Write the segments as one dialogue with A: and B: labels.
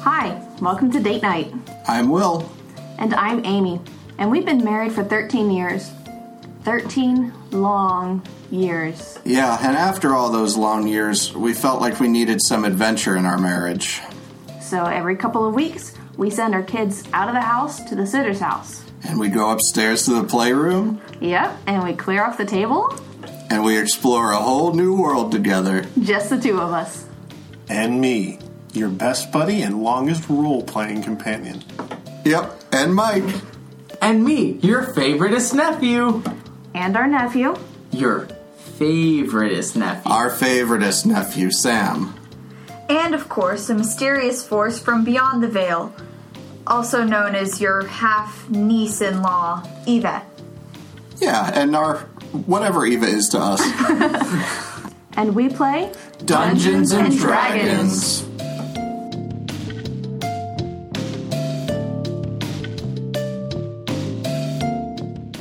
A: Hi, welcome to Date Night.
B: I'm Will.
A: And I'm Amy. And we've been married for 13 years. 13 long years.
B: Yeah, and after all those long years, we felt like we needed some adventure in our marriage.
A: So every couple of weeks, we send our kids out of the house to the sitter's house.
B: And we go upstairs to the playroom,
A: Yep, and we clear off the table,
B: and we explore a whole new world together.
A: just the two of us.
C: And me, your best buddy and longest role playing companion.
B: Yep, and Mike.
D: And me, your favoriteest nephew.
A: And our nephew.
D: Your favoriteest nephew.
B: Our favoriteest nephew, Sam.
E: And of course, a mysterious force from beyond the veil, also known as your half niece in law, Yvette.
B: Yeah, and our whatever Eva is to us.
A: And we play
B: Dungeons and
A: And
B: Dragons.
A: Dragons.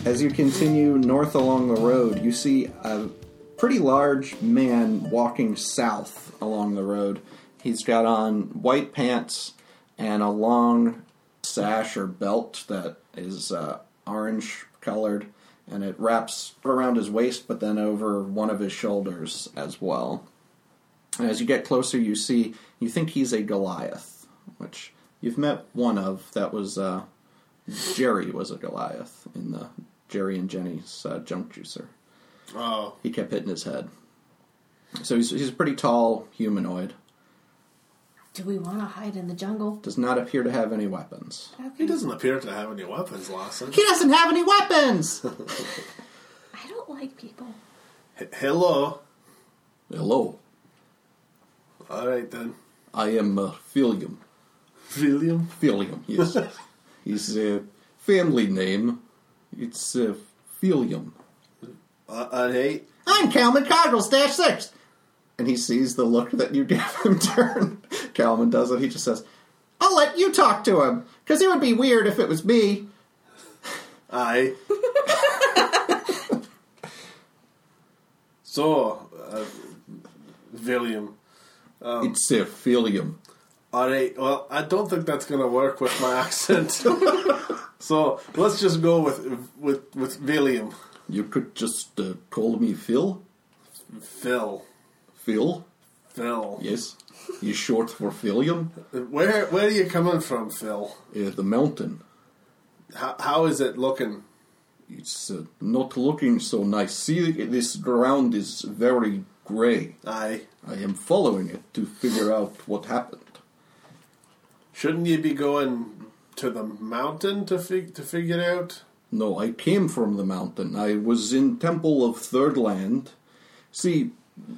F: As you continue north along the road, you see a pretty large man walking south along the road. He's got on white pants and a long sash or belt that is uh, orange colored, and it wraps around his waist but then over one of his shoulders as well. And as you get closer, you see, you think he's a Goliath, which you've met one of. That was uh, Jerry was a Goliath in the Jerry and Jenny's uh, junk juicer.
C: Oh.
F: He kept hitting his head. So he's, he's a pretty tall humanoid.
G: Do we want to hide in the jungle?
F: Does not appear to have any weapons.
C: He doesn't appear to have any weapons, Lawson.
F: doesn't have any weapons!
G: I don't like people.
C: H- Hello.
F: Hello,
C: All right then.
F: I am uh, Philium.
C: William.
F: Philium, yes. His uh, family name, it's uh, Philium.
C: Uh, all right.
F: I'm Calvin Cardinals dash six. And he sees the look that you gave him turn. Calvin does it. He just says, I'll let you talk to him, because it would be weird if it was me.
C: Aye. so, uh, William.
F: it's Cephalium.
C: All right. Well, I don't think that's gonna work with my accent. so let's just go with with with William.
F: You could just uh, call me Phil.
C: Phil.
F: Phil?
C: Phil.
F: Yes. He's short for Philium.
C: Where where are you coming from, Phil?
F: Uh, the mountain.
C: How, how is it looking?
F: It's uh, not looking so nice. See, this ground is very grey.
C: Aye.
F: I am following it to figure out what happened.
C: Shouldn't you be going to the mountain to fig- to figure out?
F: No, I came from the mountain. I was in Temple of Third Land. See,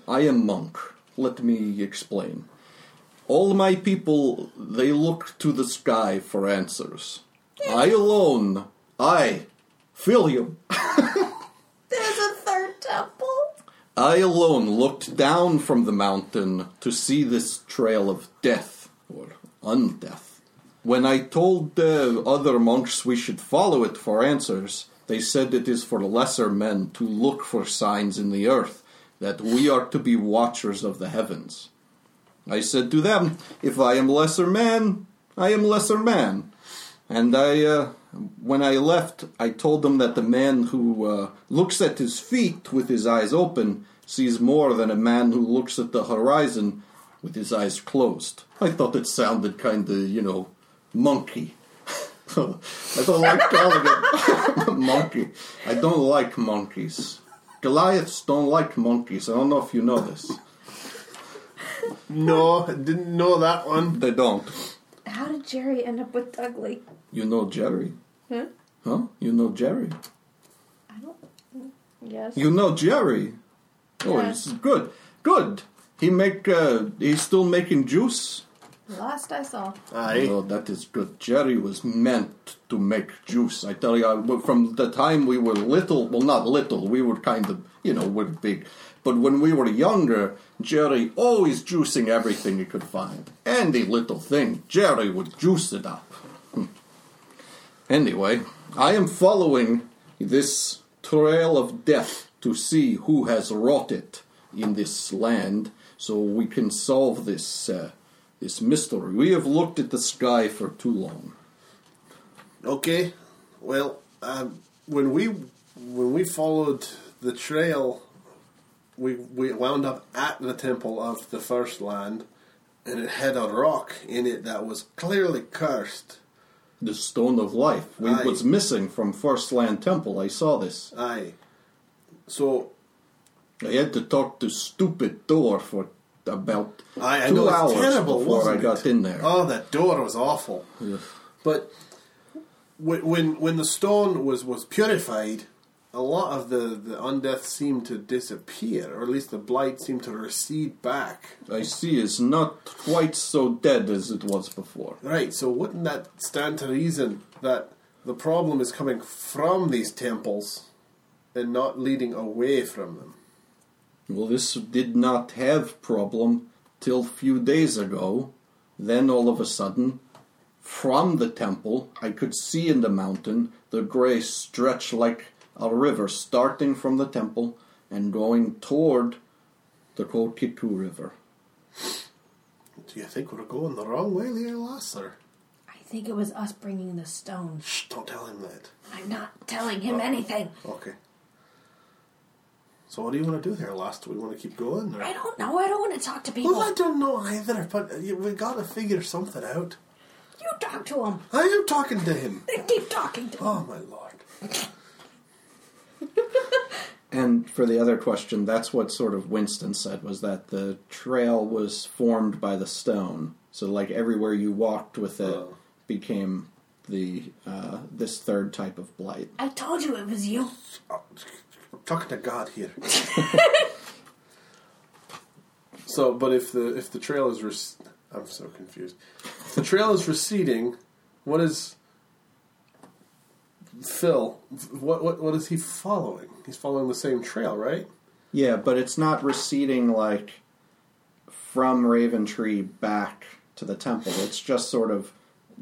F: I am monk. Let me explain. All my people, they look to the sky for answers. I alone, I, Philium,
E: There's a third temple?
F: I alone looked down from the mountain to see this trail of death, or undeath. When I told the other monks we should follow it for answers, they said it is for lesser men to look for signs in the earth, that we are to be watchers of the heavens. I said to them, If I am lesser man, I am lesser man. And I, uh, when I left, I told them that the man who uh, looks at his feet with his eyes open sees more than a man who looks at the horizon with his eyes closed. I thought it sounded kind of, you know, monkey. I don't like calling it monkey. I don't like monkeys. Goliaths don't like monkeys. I don't know if you know this.
C: No, I didn't know that one.
F: They don't.
G: How did Jerry end up with Dudley?
F: You know Jerry. Huh? Huh? You know Jerry.
G: I don't. Yes.
F: You know Jerry. Oh,
G: Yeah.
F: it's good. Good. He make. Uh, he's still making juice.
G: Last I saw.
C: Aye.
F: Oh, that is good. Jerry was meant to make juice. I tell you, I, from the time we were little, well, not little, we were kind of, you know, we're big. But when we were younger, Jerry always juicing everything he could find. Any little thing, Jerry would juice it up. Hmm. anyway, I am following this trail of death to see who has wrought it in this land so we can solve this uh, this mystery. We have looked at the sky for too long.
C: Okay, well, um, when we when we followed the trail, we we wound up at the temple of the first land, and it had a rock in it that was clearly cursed.
F: The stone of life we,
C: Aye.
F: was missing from First Land Temple. I saw this.
C: Aye, so
F: I had to talk to stupid door for about
C: I, I
F: two
C: know
F: hours
C: it's terrible
F: before
C: wasn't
F: I got
C: it?
F: in there.
C: Oh, that door was awful. But when, when when the stone was was purified, a lot of the the undeath seemed to disappear, or at least the blight seemed to recede back.
F: I see it's not quite so dead as it was before.
C: Right. So wouldn't that stand to reason that the problem is coming from these temples and not leading away from them?
F: Well, this did not have problem till few days ago. Then all of a sudden, from the temple, I could see in the mountain the gray stretch like a river, starting from the temple and going toward the Kokiku River.
C: Do you think we're going the wrong way, Leah Lasser?
H: I think it was us bringing the stone.
C: Shh! Don't tell him that.
H: I'm not telling him anything.
C: Okay. So what do you want to do there, Last? Do we want to keep going? Or?
H: I don't know. I don't want to talk to people.
C: Well, I don't know either, but uh, we gotta figure something out.
H: You talk to him.
C: I am talking to him.
H: Keep talking to him.
C: Oh my lord.
F: And for the other question, that's what sort of Winston said was that the trail was formed by the stone. So like everywhere you walked with it
C: Oh.
F: became the uh, this third type of blight.
H: I told you it was you.
C: I'm Oh, talking to God here. so, but if the if the trail is rec- I'm so confused. If the trail is receding, what is Phil? What what what is he following? He's following the same trail, right?
F: Yeah, but it's not receding like from Raven Tree back to the temple. It's just sort of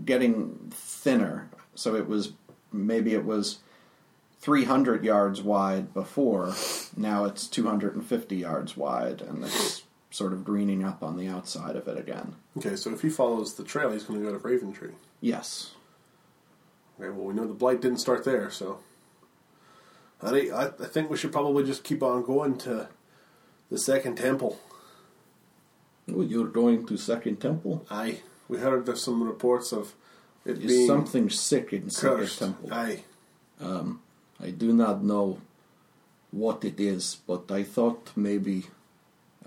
F: getting thinner. So it was maybe it was 300 yards wide before. Now it's 250 yards wide, and it's sort of greening up on the outside of it again.
C: Okay, so if he follows the trail, he's going to go to Raven Tree.
F: Yes.
C: Okay, well, we know the blight didn't start there, so. I think, I I think we should probably just keep on going to the second temple.
F: Oh, you're going to Second Temple?
C: Aye. We heard there's some reports of it
F: Is
C: being
F: something sick in Second
C: cursed.
F: Temple?
C: Aye.
F: I do not know what it is, but I thought maybe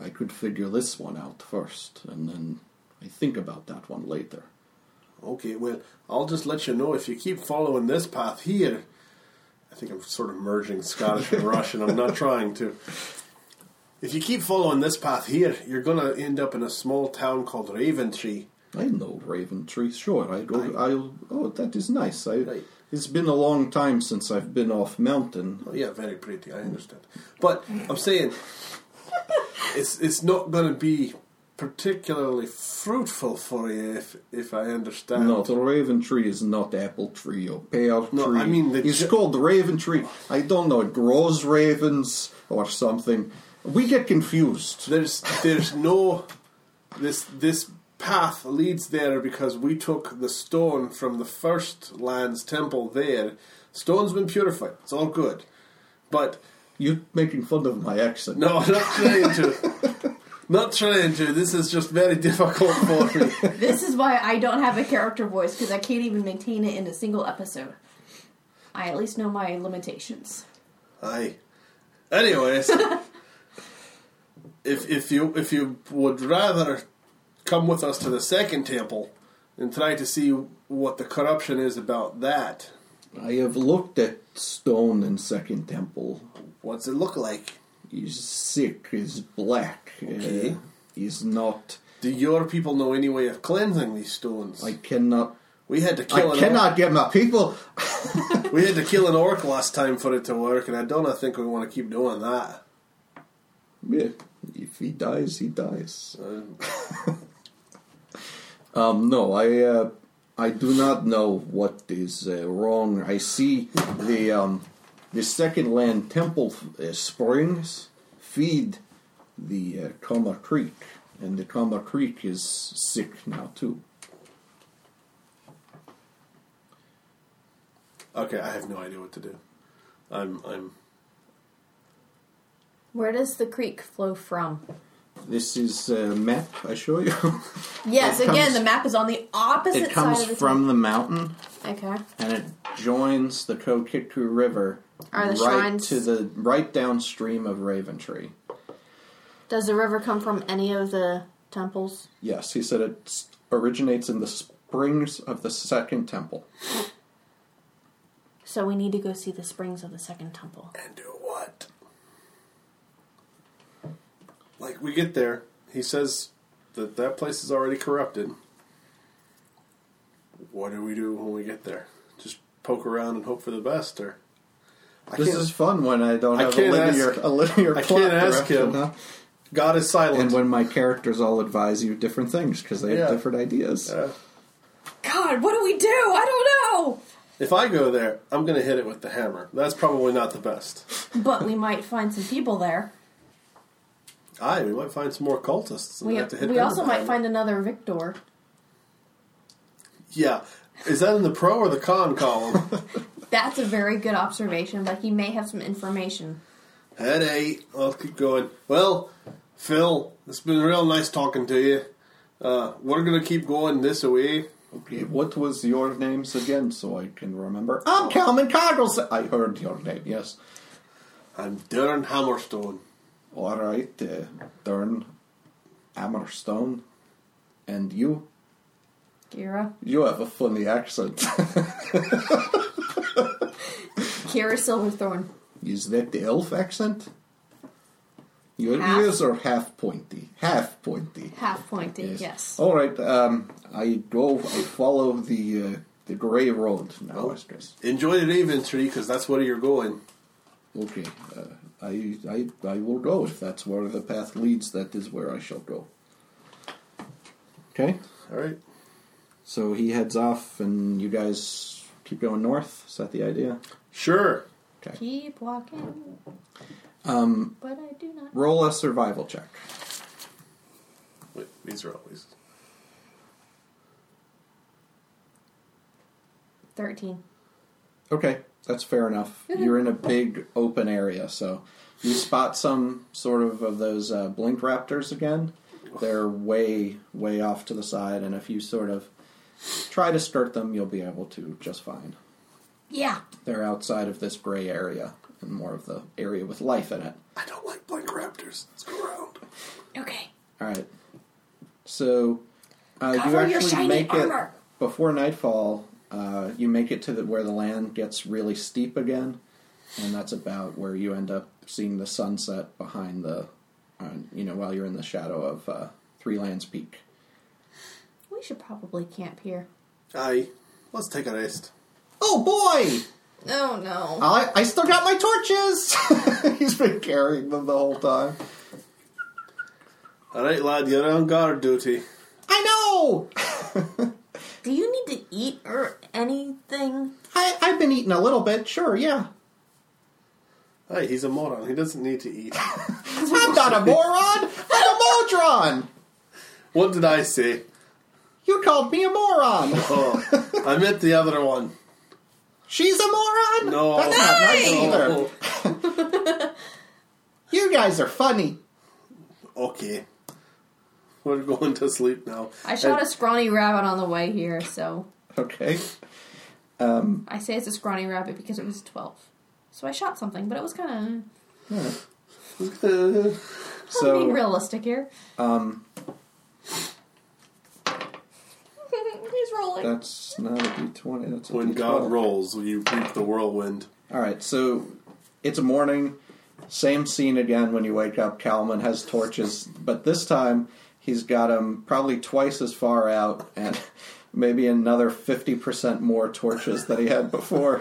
F: I could figure this one out first, and then I think about that one later.
C: Okay, well, I'll just let you know if you keep following this path here. I think I'm sort of merging Scottish and Russian. I'm not trying to. If you keep following this path here, you're going to end up in a small town called Raven Tree.
F: I know Raven Tree, sure. I go. I, oh, that is nice. I,
C: Right.
F: It's been a long time since I've been off mountain.
C: Oh, yeah, very pretty. I understand, but I'm saying it's it's not going to be particularly fruitful for you if if I understand.
F: No, the Raven Tree is not apple tree or pear tree.
C: No, I mean the
F: it's
C: ge-
F: called Raven Tree. I don't know. It grows ravens or something. We get confused.
C: there's there's no this this path leads there because we took the stone from the first land's temple there. Stone's been purified. It's all good, but
F: You're making fun of my accent.
C: no, I'm not trying to. Not trying to. This is just very difficult for me.
H: This is why I don't have a character voice because I can't even maintain it in a single episode. I at least know my limitations.
C: Aye. Anyways, if if you if you would rather come with us to the second temple and try to see what the corruption is about that,
F: I have looked at stone in Second Temple.
C: what's it look like?
F: He's sick, he's black.
C: Okay.
F: uh, he's not.
C: Do your people know any way of cleansing these stones?
F: I cannot.
C: we had to kill
F: I
C: an
F: cannot get my people.
C: orc. we had to kill an orc last time for it to work, and I don't think we want to keep doing that.
F: Yeah, if he dies, he dies. um, no, I uh, I do not know what is uh, wrong. I see the um, the second land temple uh, springs feed the uh, Coma Creek, and the Cumber Creek is sick now too.
C: Okay, I have no idea what to do. I'm I'm
H: Where does the creek flow from?
F: This is a map I show you.
H: Yes,
F: It comes-
H: again, the map is on the opposite
F: it comes
H: side of the
F: from the mountain
H: Okay.
F: and it joins the Kokiku River
H: Are the
F: right
H: shrines-
F: to the right downstream of Raven Tree.
I: Does the river come from any of the temples?
F: Yes, he said it s- originates in the springs of the second temple.
I: So we need to go see the springs of the second temple.
C: and do what? Like we get there, he says that that place is already corrupted. What do we do when we get there? Just poke around and hope for the best, or I
F: This
C: can't-
F: is fun when I don't
C: I
F: have a
C: can't
F: linear,
C: ask-
F: a linear
C: I
F: plot
C: can't ask
F: direction,
C: him.
F: huh?
C: God is silent.
F: And when my characters all advise you different things because they
C: Yeah.
F: have different ideas.
C: Uh,
H: God, what do we do? I don't know.
C: if I go there, I'm going to hit it with the hammer. That's probably not the best.
H: But we might find some people there.
C: Aye, we might find some more cultists. and
H: We,
C: have to hit
H: we
C: them
H: also
C: with the
H: might
C: hammer.
H: find another Victor.
C: Yeah, is that in the pro or the con column?
H: That's a very good observation, but he may have some information.
C: Head eight. I'll keep going. oh, Well, Phil, it's been real nice talking to you. Uh, we're gonna keep going this way.
F: Okay, what was your names again so I can remember? I'm Calvin Coggles. I heard your name, yes.
C: I'm Darren Hammerstone.
F: All right, uh, Dern Hammerstone. And you?
H: Kira.
F: You have a funny accent.
H: Kira Silverthorn.
F: Is that the elf accent? Your
H: Half.
F: ears are half pointy. Half pointy.
H: Half pointed, yes.
C: Oh.
F: All right. Um, I go. I follow the uh, the gray road now. I guess.
C: Enjoy the Raven Tree because that's where you're going.
F: Okay. Uh, I I I will go if that's where the path leads. That is where I shall go. Okay.
C: All right.
F: So he heads off, and you guys keep going north. Is that the idea?
C: Sure.
G: Keep walking. Um, but I do not.
F: Roll a survival check.
C: Wait, these are always
H: 13.
F: Okay, that's fair enough. You're in a big open area, so you spot some sort of of those uh, blink raptors again. They're way way off to the side, and if you sort of try to skirt them, you'll be able to just fine.
H: Yeah.
F: They're outside of this gray area and more of the area with life in it.
C: I don't like black raptors. Let's go around.
H: Okay.
F: All right. So uh, you
H: Cover
F: actually
H: your shiny
F: make
H: armor.
F: it before nightfall. Uh, you make it to the, where the land gets really steep again, and that's about where you end up seeing the sunset behind the, uh, you know, while you're in the shadow of uh, Three Lands Peak.
H: We should probably camp here.
C: Aye. Let's take a rest.
F: Oh boy!
H: Oh no.
F: I, I still got my torches. He's been carrying them the whole time.
C: All right, lad. You're on guard duty.
F: I know.
I: Do you need to eat or anything?
F: I I've been eating a little bit. Sure, yeah.
C: Aye, he's a moron. He doesn't need to eat.
F: I'm not a moron. I'm a modron.
C: what did I say?
F: You called me a moron.
C: Oh, I meant the other one.
F: She's a moron?
C: No.
F: That's not nice either.
C: No.
F: You guys are funny.
C: Okay. We're going to sleep now.
H: I shot a scrawny rabbit on the way here, so
F: Okay.
H: I say it's a scrawny rabbit because it was 12. So I shot something, but it was kind
C: uh,
H: of
F: So
H: being realistic here.
C: um,
G: He's rolling.
F: that's not a D twenty. That's a
C: when
F: D12.
C: God rolls, you reap the whirlwind.
F: All right. So it's morning. Same scene again. When you wake up, Calman has torches, but this time he's got them probably twice as far out and. Maybe another fifty percent more torches than he had before.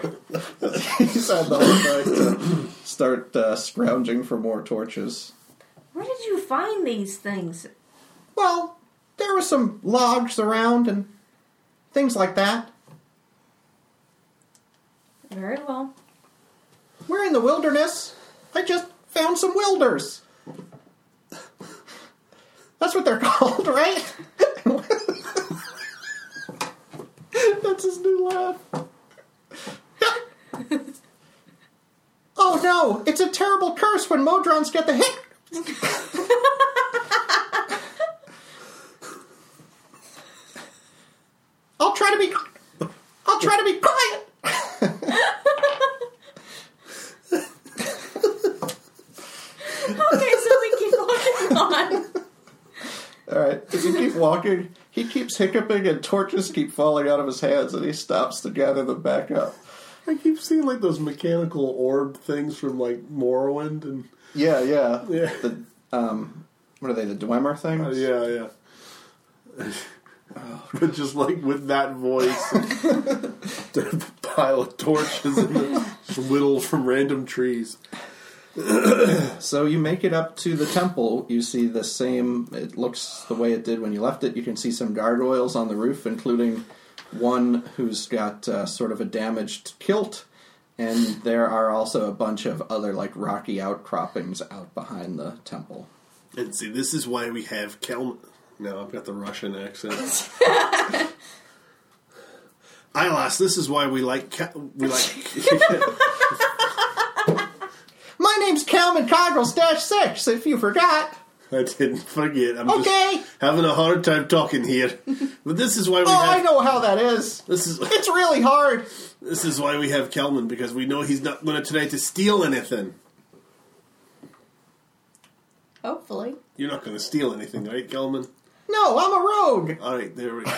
F: he's had the whole night to start uh, scrounging for more torches.
I: Where did you find these things?
F: Well, there were some logs around and things like that.
H: Very well.
F: We're in the wilderness. I just found some wilders. That's what they're called, right? That's his new laugh. oh no! It's a terrible curse when Modrons get the hit. I'll try to be. I'll try to be quiet.
H: Okay, so we keep walking on.
F: All right. As you keep walking, he keeps hiccuping and torches keep falling out of his hands, and he stops to gather them back up.
C: I keep seeing like those mechanical orb things from like Morrowind and
F: Yeah, yeah.
C: Yeah.
F: The um, what are they? The Dwemer things?
C: Uh, yeah, yeah. but just like with that voice, the pile of torches and the- just whittled from random trees.
F: So you make it up to the temple. You see the same. It looks the way it did when you left it. You can see some gargoyles on the roof, including one who's got uh, sort of a damaged kilt. And there are also a bunch of other like rocky outcroppings out behind the temple.
C: And see, this is why we have Kelm. No, I've got the Russian accent. Eyelash, this is why we like Kel- we like.
F: My name's Calvin Coggles Dash Six. If you forgot,
C: I didn't forget. I'm
F: Okay.
C: just having a hard time talking here. But this is why we
F: oh,
C: have
F: I know how that is.
C: this is
F: It's really hard.
C: this is why we have Kelman because we know he's not going to try to steal anything.
H: Hopefully.
C: You're not going to steal anything, right, Kelman?
F: No, I'm a rogue.
C: All right, there we go.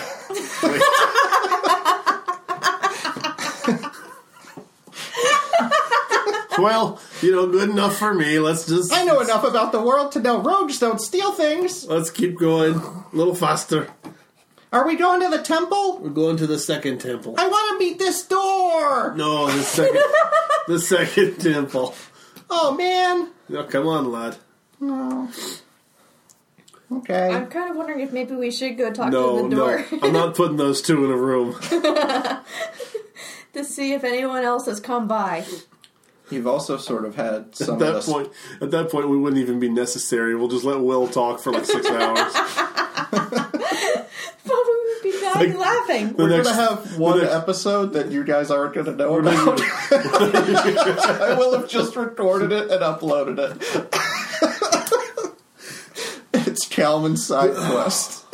C: well, you know, good enough for me. Let's just
F: I know enough about the world to know rogues don't steal things.
C: let's keep going a little faster.
F: Are we going to the temple?
C: We're going to the second temple.
F: I want to beat this door.
C: No, the second the second temple.
F: Oh man.
C: No, come on, lad.
F: Okay.
G: I'm kind of wondering if maybe we should go talk to
C: No,
G: the door
C: no, I'm not putting those two in a room.
G: to see if anyone else has come by.
F: You've also sort of had some
C: At that
F: of the
C: point, at that point, we wouldn't even be necessary. We'll just let Will talk for like six hours.
G: But we would be dying
C: Like-
G: laughing.
C: The
F: We're
C: next-
F: gonna have one
C: the next-
F: episode that you guys aren't gonna know about. I will have just recorded it and uploaded it. it's Calvin's side quest.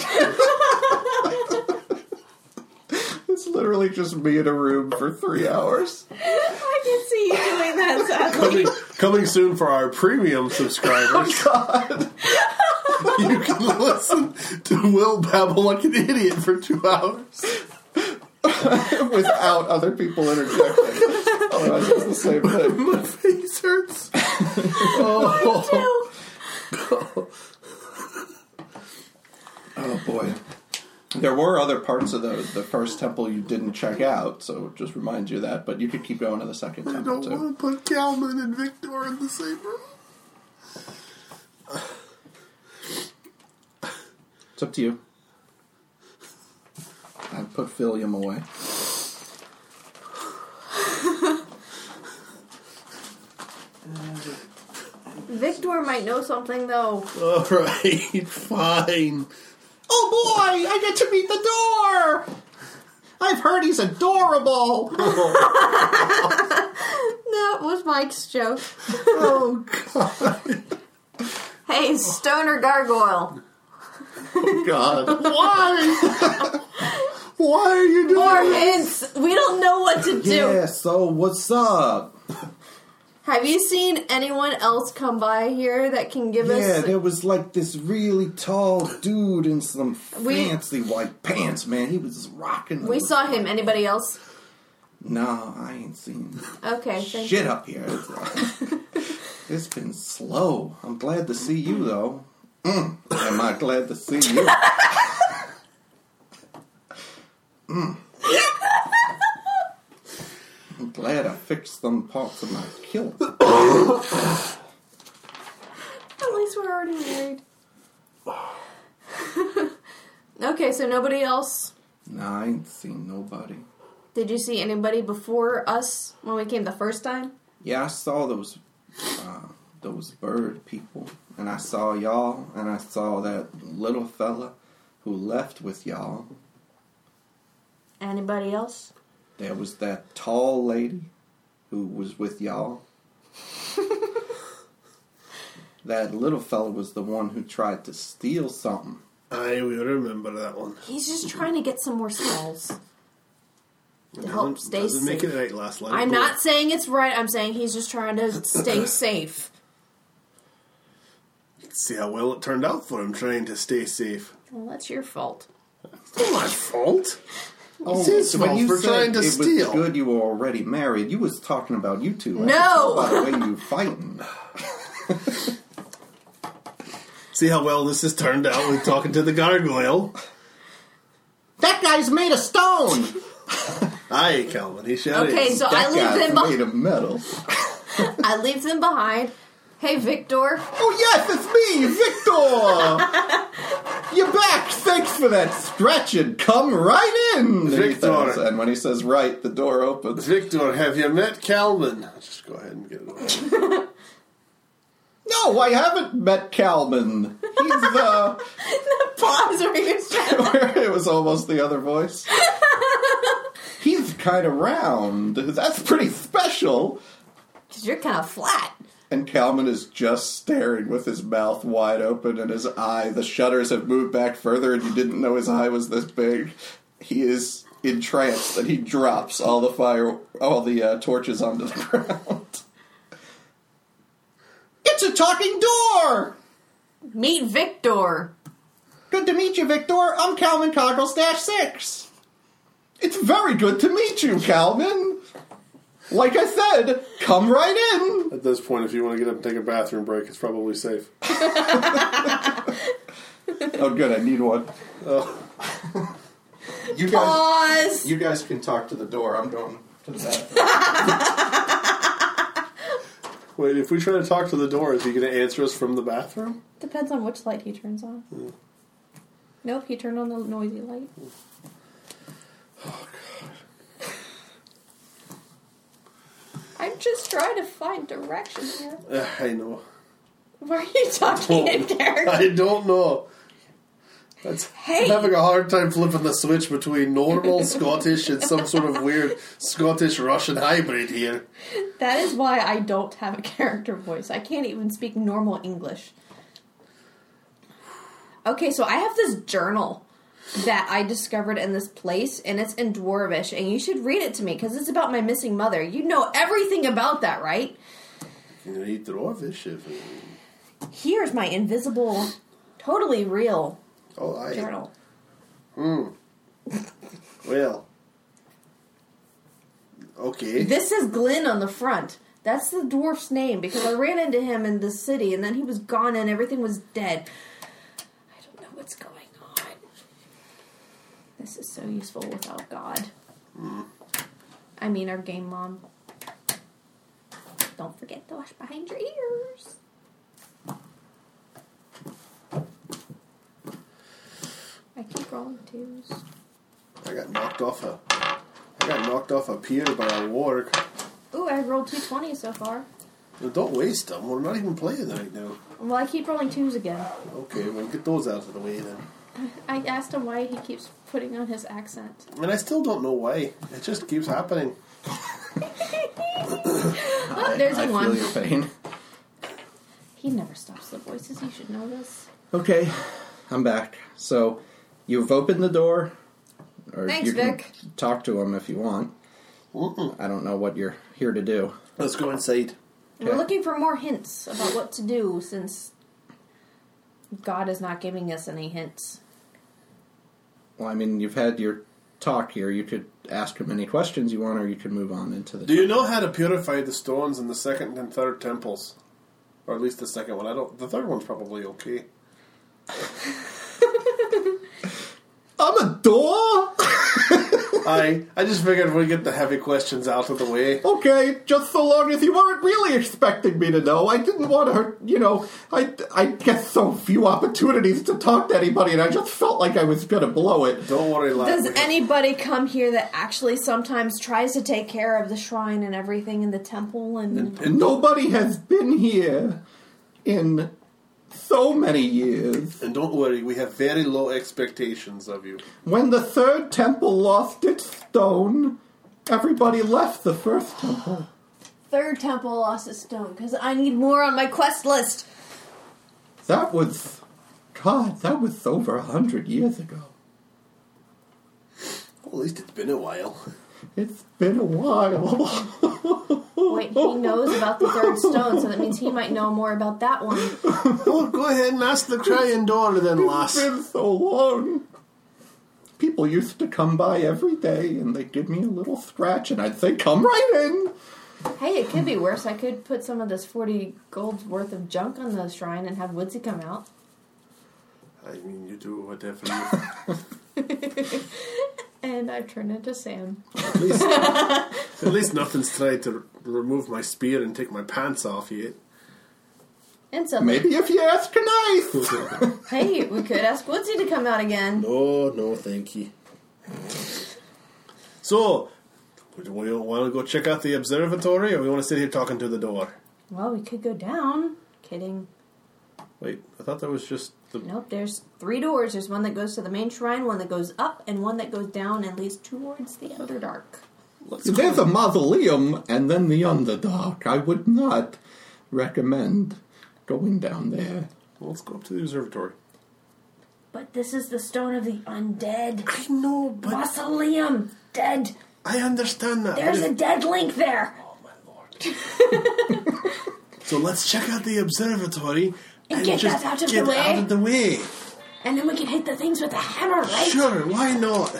F: it's literally just me in a room for three hours.
G: I can see you doing that, sadly.
C: coming, coming soon for our premium subscribers.
F: Oh,
C: you can listen to Will babble like an idiot for two hours.
F: without other people interjecting. Otherwise, it's the same thing.
C: My face hurts. Oh,
F: Oh boy. There were other parts of the the first temple you didn't check out, so just remind you of that. But you could keep going to the second
C: I
F: temple
C: don't
F: too.
C: want to put Calman and Victor in the same room.
F: It's up to you. I put Philium away.
G: Victor might know something, though.
C: All right, fine.
F: Oh boy! I get to meet the door. I've heard he's adorable. Oh,
G: That was Mike's joke.
C: Oh
E: Hey, stoner gargoyle.
C: God, why? Why are you doing?
E: More hints. We don't know what to do.
F: So what's up?
G: Have you seen anyone else come by here that can give us?
F: was like this really tall dude in some
G: We-
F: white pants, man. He was rocking.
G: We
F: those.
G: saw him. Anybody else?
F: No, I ain't seen
G: Okay, thank
F: shit up here. it's been slow. I'm glad to see you, though. Mm, am I glad to see you? mm. Mm. I'm glad I fixed them parts of my kilt.
G: At least we're already married. okay, so nobody else.
F: Nah, I ain't seen nobody.
G: Did you see anybody before us when we came the first time?
F: Yeah, I saw those uh, those bird people, and I saw y'all, and I saw that little fella who left with y'all.
I: Anybody else?
F: There was that tall lady who was with y'all. that little fella was the one who tried to steal something.
C: I will remember that one.
I: He's just
C: Mm-hmm.
I: trying to get some more skulls. To help
C: Doesn't-
I: stay
C: doesn't
I: safe.
C: make it right last line.
I: I'm
C: but
I: not saying it's right. I'm saying he's just trying to stay safe.
C: See how well it turned out for him trying to stay safe.
I: Well, that's your fault.
C: It's not my fault.
F: Oh,
C: It's his fault for trying to
F: it
C: steal.
F: was good you were already married, you was talking about you two. I could
I: No!
F: tell by the way you fighting.
C: See how well this has turned out with talking to the gargoyle.
F: That guy's made of stone.
C: Aye, Calvin. He shouted.
I: Okay, so I
F: that
I: leave them.
F: guy's
I: Be-
F: made of metal.
I: I leave them behind. Hey, Victor.
F: Oh yes, it's me, Victor. You're back. Thanks for that stretching. Come right in, he
C: Victor.
F: says. And when he says "right," the door opens.
C: Victor, have you met Calvin? Just go ahead and get it over. with.
F: No, I haven't met Calvin. He's the.
I: Pause. Or you just-
F: it was almost the other voice. He's kind of round. That's pretty special.
I: Cause you're kind of flat.
F: And Calvin is just staring with his mouth wide open and his eye. The shutters have moved back further, and you didn't know his eye was this big. He is entranced, and he drops all the fire, all the uh, torches onto the ground. It's a talking door.
I: Meet Victor.
F: Good to meet you, Victor. I'm Calvin Coggles Dash Six. It's very good to meet you, Calvin. Like I said, come right in.
C: At this point, if you want to get up and take a bathroom break, it's probably safe.
F: Oh, good. I need one.
B: Oh. You guys,
I: Pause.
B: you guys can talk to the door. I'm going to the bathroom.
C: Wait, if we try to talk to the door, is he going to answer us from the bathroom?
H: Depends on which light he turns on.
C: Hmm.
H: Nope, he turned on the noisy light.
C: Hmm. Oh,
H: I'm just trying to find direction here.
C: Uh, I know.
H: Why are you talking in character?
C: Oh. I don't know. That's, I'm having a hard time flipping the switch between normal Scottish and some sort of weird Scottish Russian hybrid here.
H: That is why I don't have a character voice. I can't even speak normal English. Okay, so I have this journal that I discovered in this place, and it's in Dwarvish, and you should read it to me because it's about my missing mother. You know everything about that, right?
C: You know, you throw a fish if.
H: Here's my invisible, totally real
C: Oh, I.
H: journal.
C: Well. Okay.
H: This is Glenn on the front. That's the dwarf's name because I ran into him in the city and then he was gone and everything was dead. I don't know what's going on. This is so useful without God. I mean, our game mom. Don't forget to wash behind your ears. I keep rolling twos.
C: I got knocked off a. I got knocked off a pier by a warg.
H: Ooh, I rolled two twenties so far.
C: Well, don't waste them. We're not even playing right now.
H: Well, I keep rolling twos again.
C: Okay, well, get those out of the way then.
H: I asked him why he keeps putting on his accent.
C: And I still don't know why. It just keeps happening.
H: Oh, there's
F: I
H: a
F: feel
H: one.
F: your pain.
H: He never stops the voices. You should know this.
F: Okay, I'm back. So you've opened the door. Or
H: Thanks,
F: you can
H: Vic.
F: Talk to him if you want. I don't know what you're here to do.
C: Let's go inside.
H: We're
F: Okay.
H: looking for more hints about what to do since God is not giving us any hints.
F: Well, I mean, you've had your talk here. You could ask him any questions you want, or you could move on into the.
C: Do you know how to purify the stones in the second and third temples? Or at least the second one. I don't. The third one's probably okay.
F: I'm a door.
C: I I just figured we get the heavy questions out of the way.
J: Okay, just so long as you weren't really expecting me to know. I didn't want to, you know, I, I get so few opportunities to talk to anybody, and I just felt like I was going to blow it.
C: Don't worry, lad.
K: Does
C: we-
K: anybody come here that actually sometimes tries to take care of the shrine and everything in the temple and
J: And nobody has been here in so many years.
C: and don't worry, we have very low expectations of you.
J: When the third temple lost its stone, everybody left the first temple.
K: third temple lost its stone? Because I need more on my quest list.
J: That was, God, that was over a hundred years ago.
C: Well, at least it's been a while.
J: It's been a while.
L: Wait, he knows about the third stone, so that means he might know more about that one.
C: well, Oh, go ahead and ask the crying door then,
J: It's
C: lass.
J: been so long. People used to come by every day and they'd give me a little scratch and I'd say, Come right in.
L: Hey, it could be worse. I could put some of this 40 gold's worth of junk on the shrine and have Woodsy come out.
C: I mean, you do whatever you.
L: And I turn into Sam.
C: at, least, at least nothing's tried to r- remove my spear and take my pants off yet.
L: And so,
J: Maybe if you ask nice.
K: Hey, we could ask Woodsy to come out again.
F: Oh, no, thank you.
C: So, do we want to go check out the observatory, or we want to sit here talking to the door?
L: well, we could go down. Kidding.
C: Wait, I thought that was just the.
L: Nope, there's three doors. There's one that goes to the main shrine, one that goes up, and one that goes down and leads towards the Underdark.
J: There's a mausoleum and then the Underdark. I would not recommend going down there.
C: Well, let's go up to the observatory.
M: But this is the stone of the undead.
C: I know, but
M: Mausoleum. Dead.
C: I understand that.
M: There's a dead link there.
C: Oh my lord. so let's check out the observatory and,
M: get
C: just
M: that out of the
C: get
M: way.
C: out of the way.
M: And then we can hit the things with a hammer, right?
C: Sure, why not?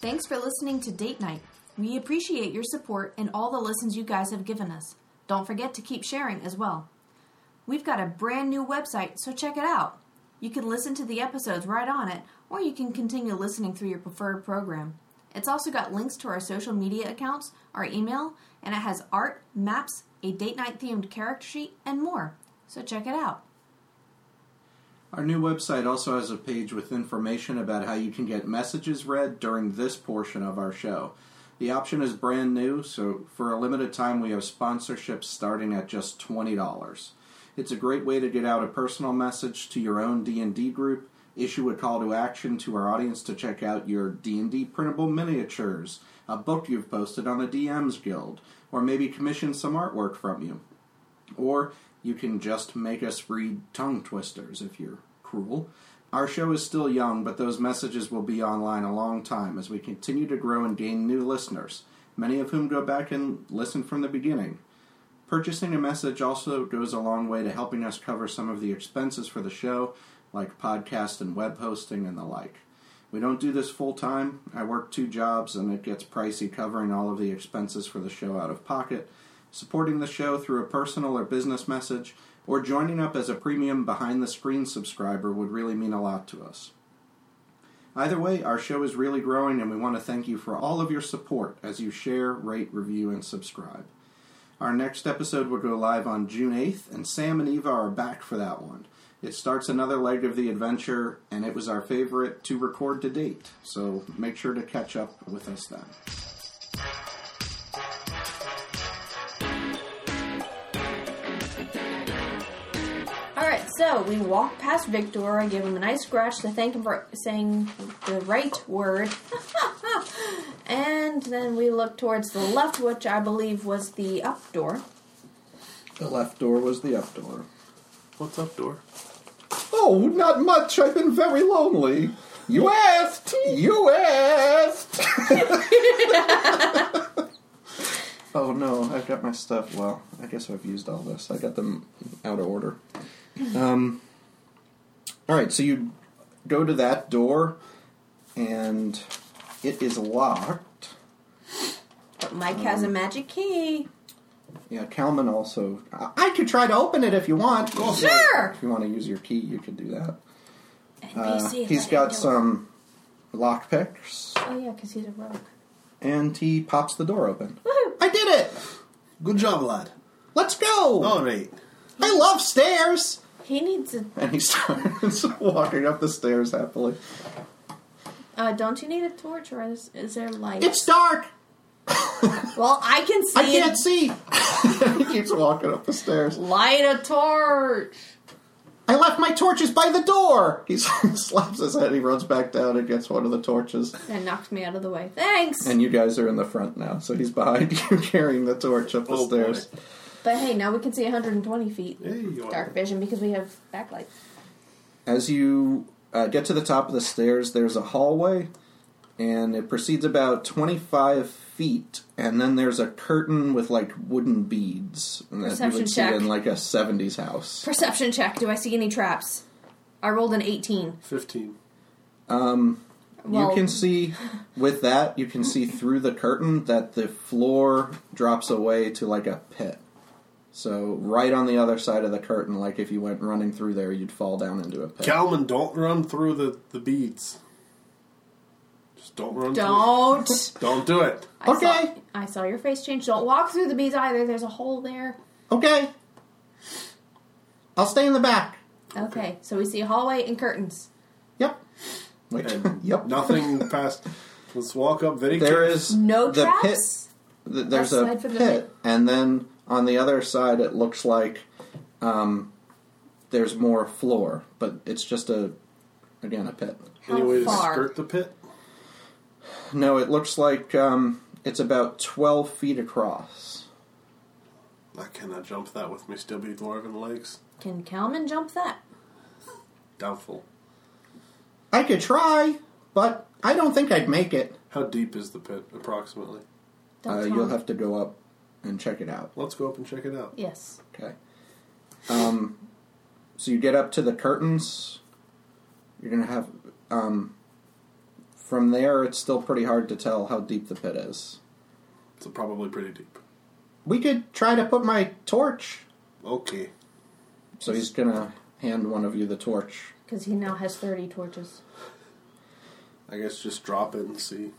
H: Thanks for listening to Date Night. We appreciate your support and all the listens you guys have given us. Don't forget to keep sharing as well. We've got a brand new website, so check it out. You can listen to the episodes right on it, or you can continue listening through your preferred program. It's also got links to our social media accounts, our email, and it has art, maps, a date night themed character sheet, and more. So check it out.
F: Our new website also has a page with information about how you can get messages read during this portion of our show. The option is brand new, so for a limited time, we have sponsorships starting at just $20. It's a great way to get out a personal message to your own D&D group, issue a call to action to our audience to check out your D&D printable miniatures, a book you've posted on the DM's Guild, or maybe commission some artwork from you. Or you can just make us read tongue twisters if you're cruel. Our show is still young, but those messages will be online a long time as we continue to grow and gain new listeners, many of whom go back and listen from the beginning. Purchasing a message also goes a long way to helping us cover some of the expenses for the show, like podcast and web hosting and the like. We don't do this full time. I work two jobs, and it gets pricey covering all of the expenses for the show out of pocket. Supporting the show through a personal or business message, or joining up as a premium behind the screen subscriber would really mean a lot to us. Either way, our show is really growing, and we want to thank you for all of your support as you share, rate, review, and subscribe. Our next episode will go live on June 8th, and Sam and Eva are back for that one. It starts another leg of the adventure, and it was our favorite to record to date, so make sure to catch up with us then.
H: Alright, so we walk past Victor. I give him a nice scratch to thank him for saying the right word. and then we look towards the left, which I believe was the up door.
J: The left door was the up door.
C: What's up, door?
J: Oh, not much. I've been very lonely. You asked. You asked. oh no, I've got my stuff. Well, I guess I've used all this. I got them out of order. Um. All right, so you go to that door, and it is locked.
H: Mike has a magic key.
F: Yeah, Kalman also. I, I could try to open it if you want.
H: Sure.
F: If you want to use your key, you could do that. Uh,
N: NBC
F: he's
N: let
F: got
N: him do
F: some lockpicks,
H: Oh yeah, because he's a rogue.
F: and he pops the door open.
H: Woohoo.
F: I did it!
C: Good job, lad.
F: Let's go!
C: All right.
F: I love stairs!
H: He needs a.
F: And he starts walking up the stairs happily.
H: Uh, don't you need a torch or is, is there light?
F: It's dark!
H: well, I can see.
F: I can't see! he keeps walking up the stairs.
H: Light a torch.
F: I left my torches by the door! He slaps his head, he runs back down and gets one of the torches.
H: And knocked me out of the way. Thanks.
F: And you guys are in the front now, so he's behind you carrying the torch up the
C: Oh, boy.
F: stairs.
H: but hey, now we can see 120 feet.
C: There you are.
H: Dark vision because we have backlight.
F: As you uh, get to the top of the stairs, there's a hallway, and it proceeds about 25 feet, and then there's a curtain with like wooden beads and that you
H: Perception
F: would
H: check.
F: see in like a 70s house.
H: Perception check. Do I see any traps? I rolled an 18.
C: 15.
H: Well-
F: you can see with that, you can see through the curtain that the floor drops away to like a pit. So right on the other side of the curtain, like if you went running through there, you'd fall down into a pit.
C: Calman, don't run through the, the beads. Just don't run
H: Don't.
C: through Don't do it.
H: I saw-
F: Okay.
H: I saw your face change. Don't walk through the bees either. There's a hole there.
F: Okay. I'll stay in the back.
H: Okay, so we see hallway and curtains.
F: Yep. Wait. yep.
C: Nothing past. Let's walk up very
F: There
C: carefully.
F: is
H: No
F: the
H: traps?
F: pit. th- There's a
H: Aside
F: pit,
H: from the pit.
F: and then on the other side, it looks like um, there's more floor, but it's just a again a pit.
H: How
C: Any way to
H: far?
C: skirt the pit?
F: No, it looks like um, it's about twelve feet across.
C: I cannot jump that with my still be dwarven legs.
H: Can Kalman jump that?
C: Doubtful.
F: I could try, but I don't think I'd make it.
C: How deep is the pit, approximately?
H: Don't
F: uh,
H: tell
F: you'll
H: me.
F: have to go up and check it out.
C: Let's go up and check it out.
H: Yes.
F: Okay. Um, so you get up to the curtains. You're gonna have. Um, from there, it's still pretty hard to tell how deep the pit is.
C: It's probably pretty deep.
F: We could try to put my torch.
C: Okay.
F: So he's gonna hand one of you the torch.
H: Because he now has 30 torches.
C: I guess just drop it and see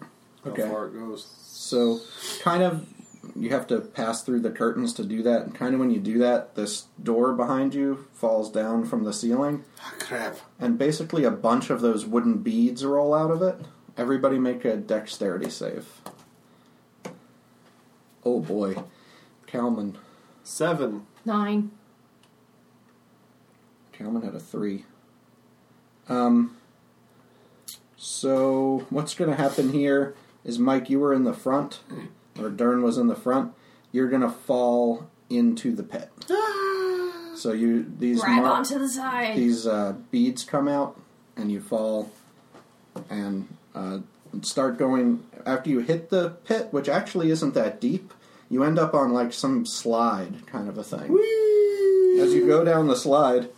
C: how
F: Okay.
C: far it goes.
F: So, kind of, you have to pass through the curtains to do that. And kind of when you do that, this door behind you falls down from the ceiling,
C: Ah, crap.
F: and basically a bunch of those wooden beads roll out of it. Everybody make a dexterity save. Oh boy, Kalman.
C: Seven.
H: Nine.
F: Kalman had a three. Um. So what's going to happen here is Mike, you were in the front, or Dern was in the front. You're going to fall into the pit. so you these
H: Grab
F: mar-
H: onto the side.
F: these uh, beads come out, and you fall, and uh, start going. After you hit the pit, which actually isn't that deep, you end up on like some slide kind of a thing. As you go down the slide,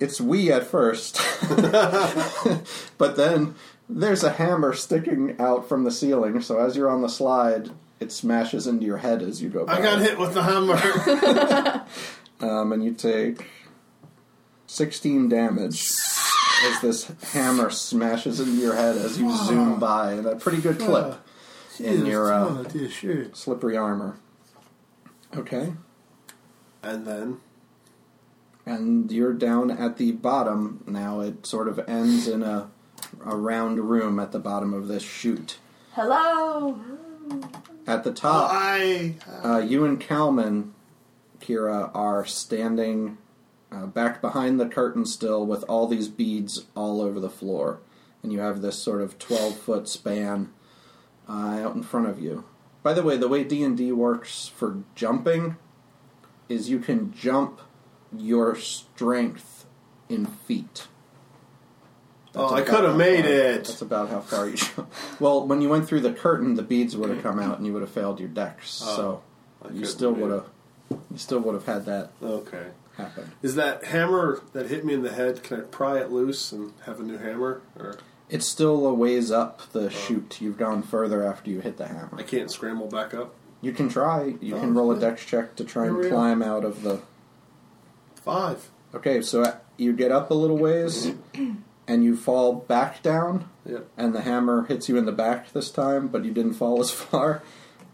F: it's we at first, but then there's a hammer sticking out from the ceiling. So as you're on the slide, it smashes into your head as you go.
C: I
F: by.
C: got hit with the hammer.
F: Um, and you take 16 damage as this hammer smashes into your head as you zoom by at a pretty good clip in your uh,
C: Oh, dear, shoot.
F: slippery armor. Okay.
C: And then
F: And you're down at the bottom now. It sort of ends in a, a round room at the bottom of this chute.
H: Hello.
F: At the top.
C: I
F: Uh, you and Kalman, Kira, are standing uh, back behind the curtain still with all these beads all over the floor. And you have this sort of 12 foot span uh, out in front of you. By the way, the way D&D works for jumping is you can jump your strength in feet.
C: oh I
F: That's
C: could
F: about
C: have
F: how
C: made
F: far-
C: it.
F: That's about how far you jump. well, when you went through the curtain, the beads would have come out, and you would have failed your decks.
C: Oh,
F: so you
C: couldn't
F: still
C: do
F: would
C: it.
F: have, you still would have had that
C: Okay.
F: happen.
C: Is that hammer that hit me in the head? Can I pry it loose and have a new hammer, or
F: It's
C: Oh.
F: still a ways up the chute. You've gone further after you hit the hammer.
C: I can't scramble back up?
F: You can try. You can
C: Oh,
F: roll a dex check to try and
C: Here we are.
F: climb out of the.
C: Five.
F: Okay, so uh, you get up a little ways, and you fall back down,
C: Yep.
F: and the hammer hits you in the back this time, but you didn't fall as far.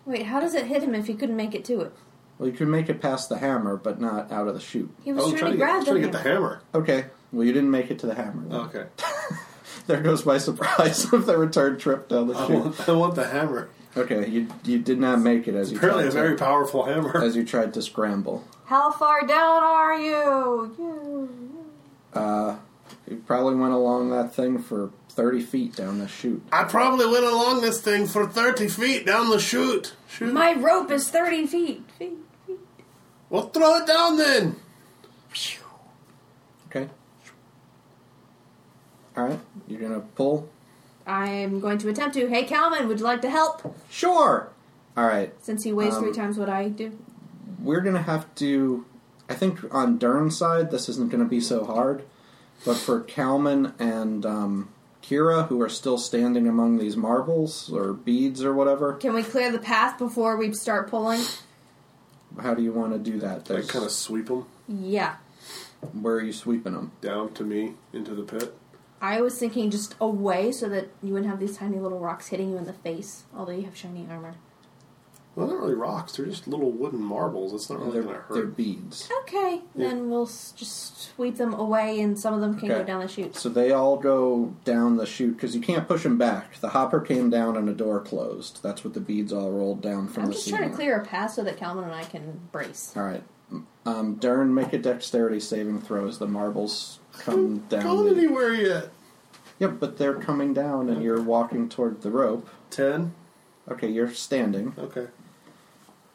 H: Wait, how does it hit him if he couldn't make it to it?
F: Well, you can make it past the hammer, but not out of the chute.
H: He was
C: Oh,
H: trying,
C: try
H: to
C: to get,
H: grab
C: try to
H: the
C: get the hammer.
F: Okay. Well, you didn't make it to the hammer. then.
C: Okay.
F: There goes my surprise of the return trip down the
C: I
F: chute.
C: want, I want the hammer.
F: Okay, you you did not make it as you
C: Apparently, a
F: tried to,
C: very powerful hammer.
F: as you tried to scramble.
E: How far down are you?
F: You probably went along that thing for thirty feet down the chute.
C: I probably went along this thing for 30 feet down the chute. Shoot.
H: My rope is 30 feet. feet.
C: well, throw it down then.
F: Okay. All right, you're gonna pull.
H: I'm going to attempt to. Hey, Calvin, would you like to help?
F: Sure. All right,
H: Since he weighs three times what I do.
F: we're gonna have to. I think on Dern's side, this isn't gonna be so hard, but for Kalman and um, Kira, who are still standing among these marbles or beads or whatever,
H: Can we clear the path before we start pulling?
F: how do you want to do that?
C: I
F: There's-
C: kind of sweep them
H: Yeah.
F: where are you sweeping them?
C: down to me into the pit.
H: I was thinking just away so that you wouldn't have these tiny little rocks hitting you in the face, although you have shiny armor.
C: Well, they're not really rocks. They're just little wooden marbles. It's not really
F: They're,
C: going to
F: they're
C: hurt.
F: beads.
H: Okay, then we'll s- just sweep them away and some of them can go
F: Okay.
H: down the chute.
F: So they all go down the chute because you can't push them back. The hopper came down and a door closed. That's what the beads all rolled down from
H: I'm
F: the
H: just
F: ceiling.
H: trying to clear a path so that Calvin and I can brace.
F: All right, um, Dern, make a dexterity saving throw as the marbles come down.
C: Going
F: The...
C: anywhere yet?
F: Yep, but they're coming down and you're walking toward the rope.
C: Ten.
F: Okay, you're standing.
C: Okay.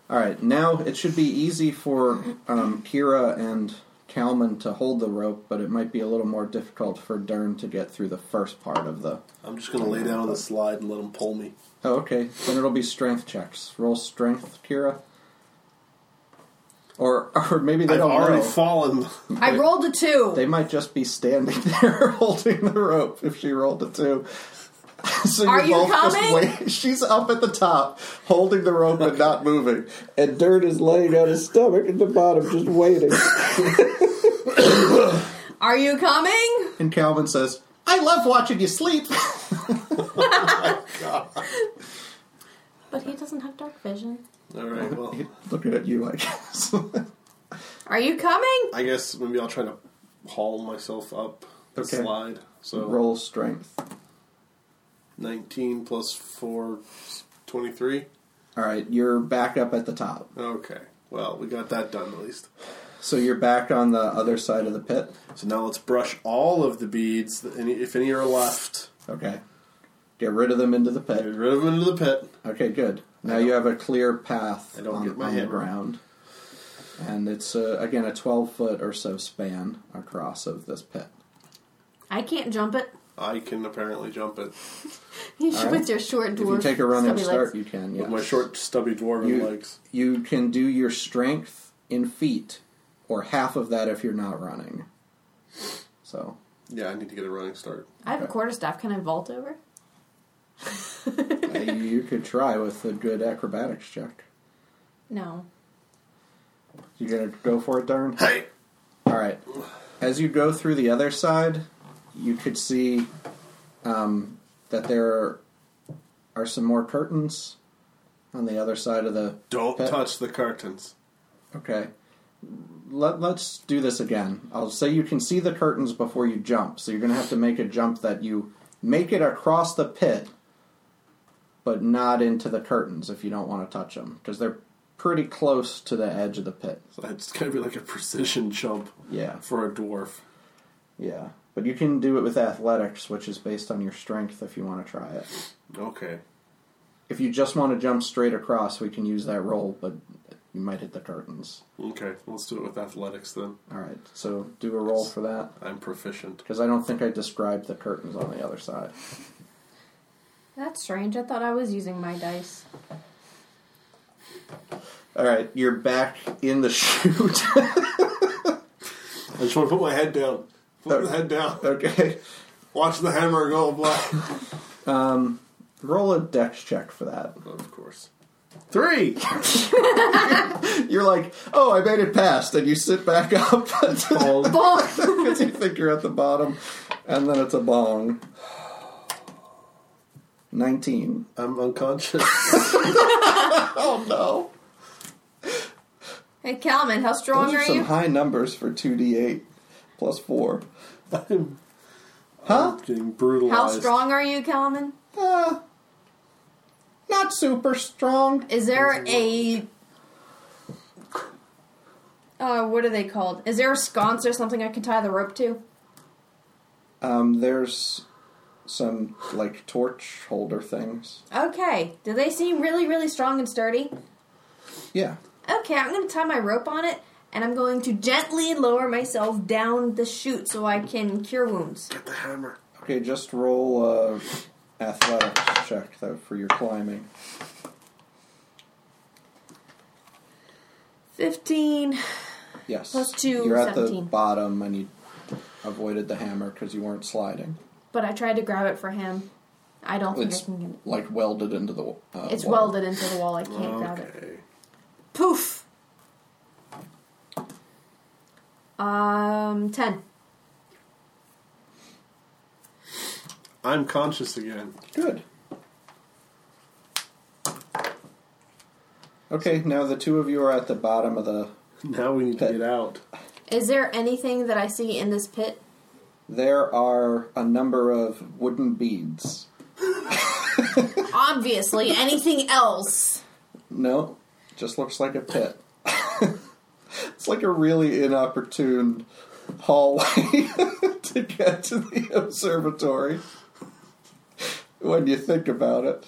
F: All right, now it should be easy for um, Kira and Kalman to hold the rope, but it might be a little more difficult for Dern to get through the first part of the
C: I'm just going to lay down on the slide and let them pull me.
F: Oh, okay. Then it'll be strength checks. Roll strength, Kira. Or, or maybe they
C: I've
F: don't
C: already
F: know.
C: fallen.
H: I rolled a two!
F: they might just be standing there holding the rope if she rolled a two. so
H: Are
F: you're
H: you
F: both
H: coming?
F: Just wait. She's up at the top, holding the rope and not moving, and Dirt is laying on his stomach at the bottom, just waiting.
H: Are you coming?
F: And Calvin says, "I love watching you sleep."
E: But he doesn't have dark vision.
C: All right. Well,
F: Looking at you, I guess.
H: Are you coming?
C: I guess maybe I'll try to haul myself up the
F: Okay.
C: slide. So
F: Roll strength.
C: 19 plus 4, 23.
F: All right, you're back up at the top.
C: Okay. Well, we got that done at least.
F: So you're back on the other side of the pit.
C: So now let's brush all of the beads, any, if any are left.
F: Okay. Get rid of them into the
C: Get
F: pit.
C: rid of them into the pit.
F: Okay, good. Now you have a clear path
C: I don't
F: on,
C: get my
F: on the
C: hammer.
F: ground. And it's, uh, again, a 12 foot or so span across of this pit.
G: I can't jump it.
C: I can apparently jump it
H: You should with your short
F: If
H: dwarf.
F: you take a running
H: stubby
F: start,
H: legs.
F: you can,
C: with my
F: yes.
C: short, stubby dwarven
F: You-
C: legs.
F: You can do your strength in feet, or half of that if you're not running. So,
C: Yeah, I need to get a running start.
G: I have a quarter staff. Can I vault over?
F: uh, you could try with a good acrobatics check.
G: No.
F: You gonna go for it, Darn?
C: Hey!
F: All right. As you go through the other side, you could see um, that there are some more curtains on the other side of the.
C: Don't
F: pit.
C: touch the curtains.
F: Okay. Let, let's do this again. I'll say you can see the curtains before you jump, so you're going to have to make a jump that you make it across the pit, but not into the curtains if you don't want to touch them, because they're pretty close to the edge of the pit.
C: So it's gotta be like a precision jump
F: Yeah.
C: for a dwarf.
F: Yeah, but you can do it with athletics, which is based on your strength if you want to try it.
C: Okay.
F: If you just want to jump straight across, we can use that roll, but you might hit the curtains.
C: Okay, let's do it with athletics then.
F: All right, so do a roll for that
C: I'm proficient.
F: because I don't think I described the curtains on the other side.
H: That's strange. I thought I was using my dice.
F: All right, you're back in the chute.
C: I just want to put my head down. Put the head down.
F: okay,
C: Watch the hammer go black.
F: roll a dex check for that.
C: of course. Three.
F: You're like, oh, I made it past, and you sit back up because you think you're at the bottom, and then it's a bong. Nineteen.
C: I'm unconscious.
F: Oh no!
H: Hey, Calman, how strong
F: Those are
H: are
F: some
H: you?
F: high numbers for two d eight plus four.
C: I'm
F: Huh?
C: getting
H: How
C: brutalized.
H: strong are you, Calman?
F: Uh, not super strong.
H: Is there a uh, what are they called? Is there a sconce or something I can tie the rope to?
F: Um, there's some like torch holder things.
H: Okay. Do they seem really, really strong and sturdy?
F: Yeah.
H: Okay, I'm gonna tie my rope on it, and I'm going to gently lower myself down the chute so I can cure wounds.
C: Get the hammer.
F: Okay, just roll a athletics check though for your climbing.
H: Fifteen.
F: Yes.
H: Plus two,
F: You're at the
H: 17.
F: bottom and you avoided the hammer because you weren't sliding.
H: But I tried to grab it for him. I don't think I
F: It's
H: can get it.
F: like welded into the. Uh,
H: It's
F: wall.
H: welded into the wall. I can't grab it.
C: Okay.
H: Poof. Um, ten.
C: I'm conscious again.
F: Good. Okay, now the two of you are at the bottom of the.
C: Now we need to
F: Okay.
C: get out.
H: Is there anything that I see in this pit?
F: There are a number of wooden beads.
H: Obviously, anything else?
F: No, just looks like a pit. it's like a really inopportune hallway to get to the observatory when you think about it.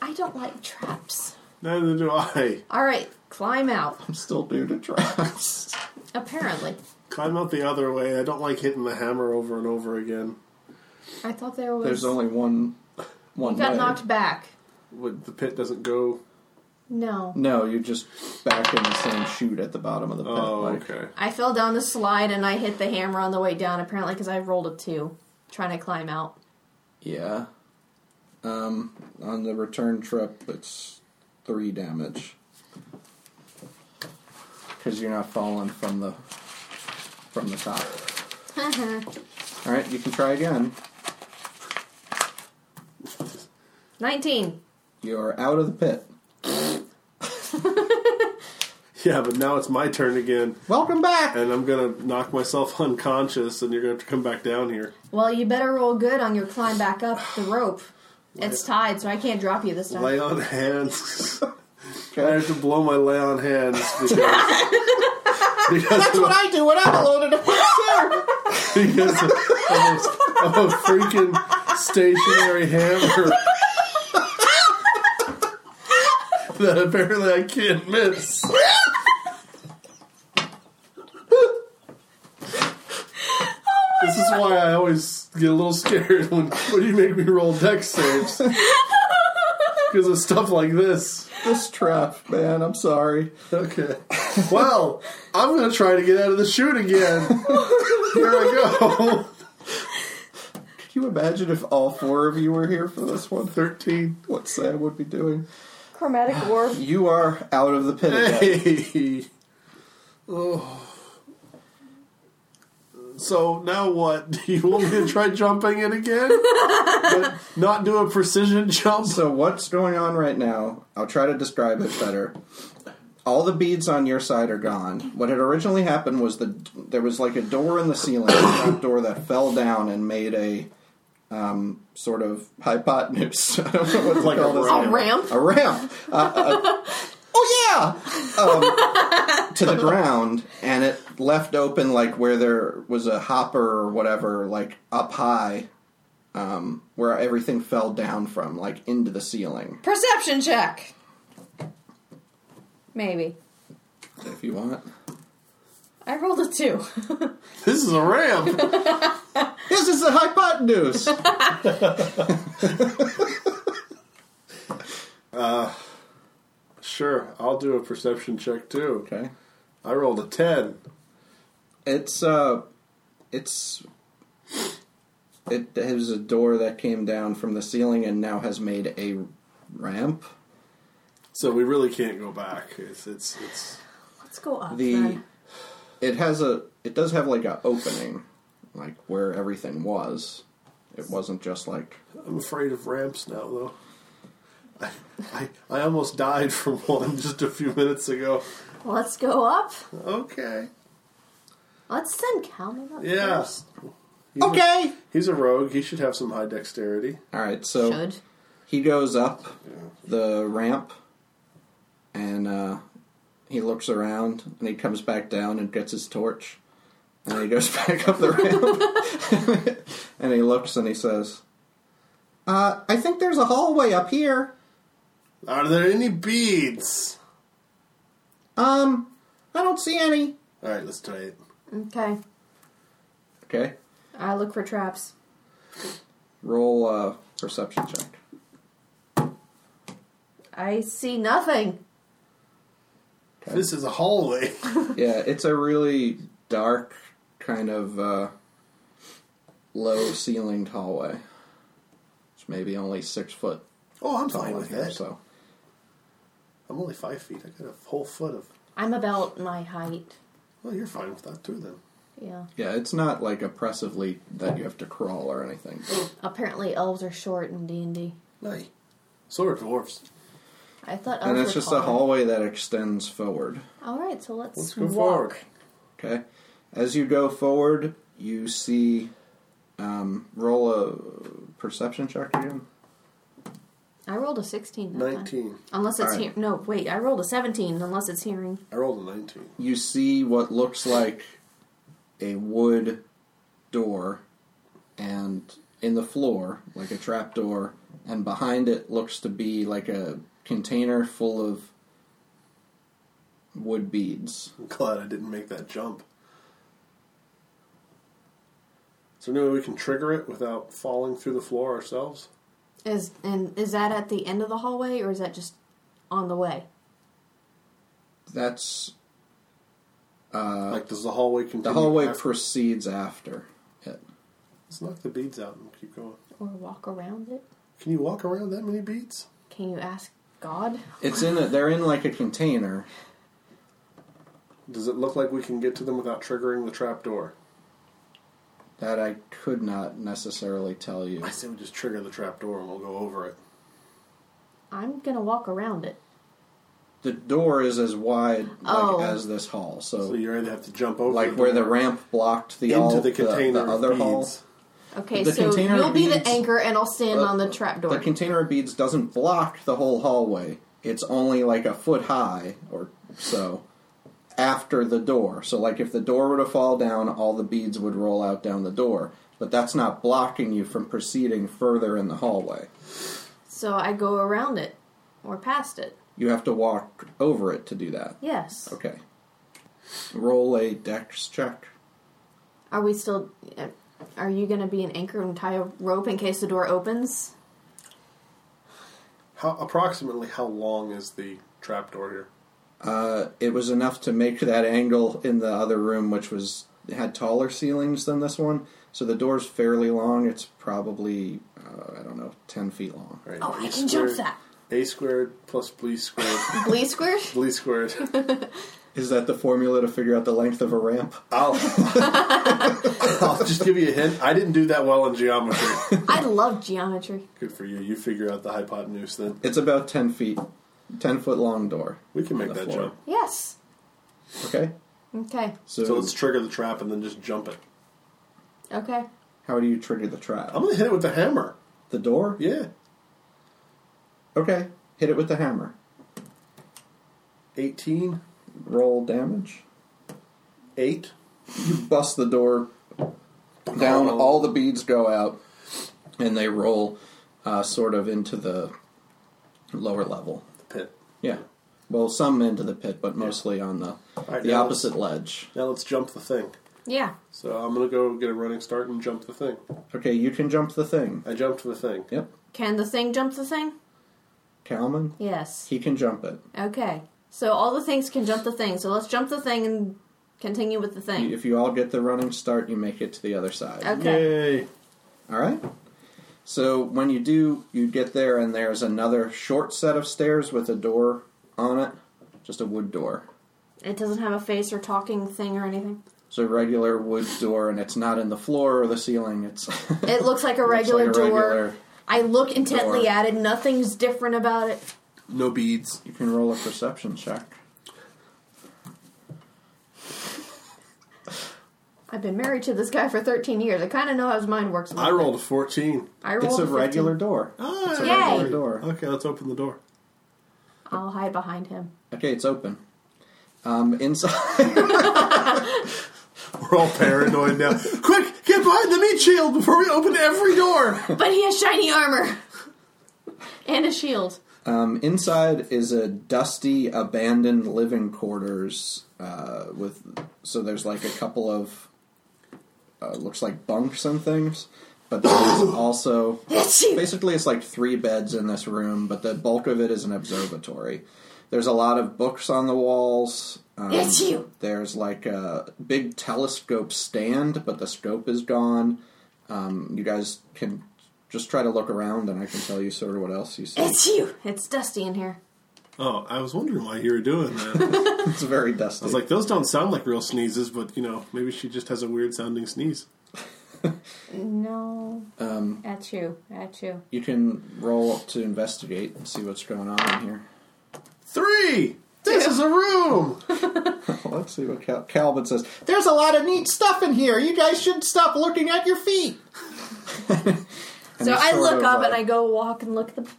H: I don't like traps.
C: Neither do I.
H: All right, climb out.
F: I'm still new to traps.
H: Apparently,
C: Climb out the other way. I don't like hitting the hammer over and over again.
H: I thought there was.
F: There's only one one
H: got
F: way.
H: knocked back.
C: What- The pit doesn't go.
H: No,
F: No, you're just back in the same chute at the bottom of the pit.
C: Oh,
F: like-
C: okay.
H: I fell down the slide and I hit the hammer on the way down. Apparently, because I rolled a two trying to climb out.
F: Yeah. Um, on the return trip, it's three damage because you're not falling from the from the top. All right, you can try again.
H: Nineteen.
F: You're out of the pit.
C: Yeah, but now it's my turn again,
F: Welcome back.
C: and I'm gonna knock myself unconscious, and you're gonna have to come back down here.
H: Well, you better roll good on your climb back up the rope. It's tied, so I can't drop you this time.
C: Lay on hands. I have to blow my lay on hands because. That's what
F: I do when I'm alone in a pit.
C: because of, of a, of a freaking stationary hammer that apparently I can't miss.
F: Oh
C: this is why I always get a little scared when, when you make me roll deck saves. Because of stuff like this.
F: This trap, man. I'm sorry.
C: Okay. Well, I'm going to try to get out of the chute again. Here I go.
F: Can you imagine if all four of you were here for this one?
C: 13.
F: What Sam would be doing?
H: Chromatic orb.
F: You are out of the pit again.
C: Hey. Oh. So now what? Do you want me to try jumping it again? but not do a precision jump?
F: So what's going on right now? I'll try to describe it better. All the beads on your side are gone. What had originally happened was the there was like a door in the ceiling, a trap door that fell down and made a um, sort of hypotenuse. I don't know what to
C: Like
F: call
C: a
F: this.
C: ramp.
H: Ramp.
F: A ramp. Uh, uh, oh yeah, um, to the ground, and it left open like where there was a hopper or whatever, like up high, um, where everything fell down from, like into the ceiling.
H: Perception check. Maybe.
F: If you want,
H: I rolled a two.
C: This is a ramp.
F: this is the hypotenuse.
C: sure, I'll do a perception check too.
F: okay,
C: I rolled a 10.
F: it's uh, it's It has a door that came down from the ceiling and now has made a ramp.
C: So we really can't go back. It's it's, it's
O: Let's go up.
F: The
O: then.
F: it has a it does have like a opening, like where everything was. It wasn't just like
C: I'm afraid of ramps now though. I, I I almost died from one just a few minutes ago.
H: Let's go up.
C: Okay.
H: Let's send Calvin up.
C: Yeah.
H: first.
C: He's
P: Okay.
C: A, he's a rogue. He should have some high dexterity.
F: all right. So
H: Should.
F: he goes up the ramp and uh, he looks around and he comes back down and gets his torch and he goes back up the ramp and he looks and he says uh, i think there's a hallway up here
C: Are there any beads?
F: um i don't see any
C: All right, let's try it.
H: Okay.
F: okay
H: I look for traps.
F: roll a perception check
H: I see nothing.
C: This is a hallway.
F: yeah it's a really dark kind of uh, low ceilinged hallway it's maybe only six foot
C: Oh, I'm
F: tall
C: fine
F: in
C: with
F: here
C: that.
F: so
C: I'm only five feet. I got a whole foot of.
H: I'm about my height.
C: Well, you're fine with that too, then.
H: Yeah.
F: Yeah, it's not like oppressively that you have to crawl or anything.
H: Apparently elves are short in D and D.
C: Nice. So are dwarves.
H: I thought elves
F: and it's
H: were
F: just a
H: taller.
F: hallway that extends forward.
H: All right, so let's,
C: Let's go
H: walk.
C: forward.
F: Okay? As you go forward, you see. Um, roll a perception check again.
H: I rolled a 16. that time.
C: Nineteen.
H: Unless it's
F: All
H: here. No, wait. I rolled a 17 unless it's hearing.
C: I rolled a nineteen.
F: You see what looks like a wood door, and in the floor, like a trap door, and behind it looks to be like a container full of wood beads.
C: I'm glad I didn't make that jump. Is there any way we can trigger it without falling through the floor ourselves?
H: Is and is that at the end of the hallway or is that just on the way?
F: That's
C: like, does the hallway continue?
F: Uh, The hallway
C: after-
F: proceeds after it.
C: Let's knock the beads out and keep going.
H: Or walk around it?
C: Can you walk around that many beads?
H: Can you ask God?
F: It's in a, they're in like a container.
C: Does it look like we can get to them without triggering the trap door?
F: That I could not necessarily tell you.
C: I say we just trigger the trap door and we'll go over it.
H: I'm gonna walk around it.
F: The door is as wide like,
H: Oh.
F: as this hall, so,
C: So you either have to jump over
F: like
C: the
F: where the
C: door
F: ramp blocked the
C: into
F: all-
C: the container
F: the, other
C: of
F: hall.
C: beads.
H: Okay,
F: The
H: so
F: container
H: you'll be the
F: beads-
H: anchor and I'll stand on the
F: The
H: trapdoor.
F: container of beads doesn't block the whole hallway. It's only like a foot high or so after the door. So like if the door were to fall down, all the beads would roll out down the door. But that's not blocking you from proceeding further in the hallway.
H: so I go around it or past it.
F: You have to walk over it to do that.
H: Yes.
F: Okay. Roll a dex check.
H: Are we still? uh, Are you gonna be an anchor and tie a rope in case the door opens?
C: How approximately how long is the trap door here?
F: Uh, it was enough to make that angle in the other room, which was had taller ceilings than this one. So the door's fairly long. It's probably uh, I don't know, ten feet long.
C: Right.
O: oh, I can jump that.
C: A squared plus B squared.
H: Bleed squirt?
C: B squared.
F: Is that the formula to figure out the length of a ramp?
C: I'll, Oh. I'll just give you a hint. I didn't do that well in geometry.
H: I love geometry.
C: Good for you. You figure out the hypotenuse then.
F: It's about ten feet, ten foot long door.
C: We can make
F: The
C: that
F: floor.
C: jump.
H: Yes.
F: Okay.
H: Okay.
F: So,
C: So let's trigger the trap and then just jump it.
H: Okay.
F: how do you trigger the trap?
C: I'm gonna hit it with the hammer.
F: The door?
C: Yeah.
F: Okay. Hit it with the hammer.
C: 18,
F: Roll damage.
C: 8.
F: bust the door down. All the beads go out, and they roll uh, sort of into the lower level.
C: The pit.
F: Yeah. Well, some into the pit, but mostly on the
C: right,
F: the
C: now
F: opposite ledge.
C: Now let's jump the thing.
H: Yeah.
C: So I'm gonna go get a running start and jump the thing.
F: Okay, you can jump the thing.
C: I jumped the thing.
F: Yep,
H: Can the thing jump the thing?
F: Kalman.
H: Yes.
F: He can jump it.
H: Okay. So all the things can jump the thing. So let's jump the thing and continue with the thing.
F: If you all get the running start, you make it to the other side.
H: Okay.
C: Yay!
F: All right. So when you do, you get there, and there's another short set of stairs with a door on it, just a wood door.
H: It doesn't have a face or talking thing or anything.
F: It's a regular wood door, and it's not in the floor or the ceiling. It's
H: It looks like a regular
F: like a
H: door.
F: regular
H: I look intently
F: door.
H: at it. Nothing's different about it.
C: No beads.
F: you can roll a perception check.
H: I've been married to this guy for 13 years. I kind of know how his mind works. a
C: I
H: little
C: rolled a 14.
H: bit. I rolled
F: It's a
H: 15.
F: regular door. It's a
C: Ah,
F: regular
H: Yay.
F: door.
C: okay, let's open the door.
H: I'll hide behind him.
F: Okay, it's open. Um, inside.
C: We're all paranoid now. Quick, get behind the meat shield before we open every door.
H: But he has shiny armor and a shield.
F: Um, inside is a dusty, abandoned living quarters uh, with so there's like a couple of uh, looks like bunks and things, but there's also basically it's like three beds in this room, but the bulk of it is an observatory. There's a lot of books on the walls. Um,
H: It's you.
F: There's like a big telescope stand, but the scope is gone. Um, you guys can just try to look around, and I can tell you sort of what else you see.
H: It's you. It's dusty in here.
C: Oh, I was wondering why you were doing that.
F: It's very dusty.
C: I was like, those don't sound like real sneezes, but you know, maybe she just has a weird sounding sneeze.
Q: No. Um, at you. At you.
F: you can roll up to investigate and see what's going on in here.
C: Three! This is a room!
F: Well, let's see what Cal- Calvin says. There's a lot of neat stuff in here. You guys should stop looking at your feet.
H: So I look up and I go walk and look at the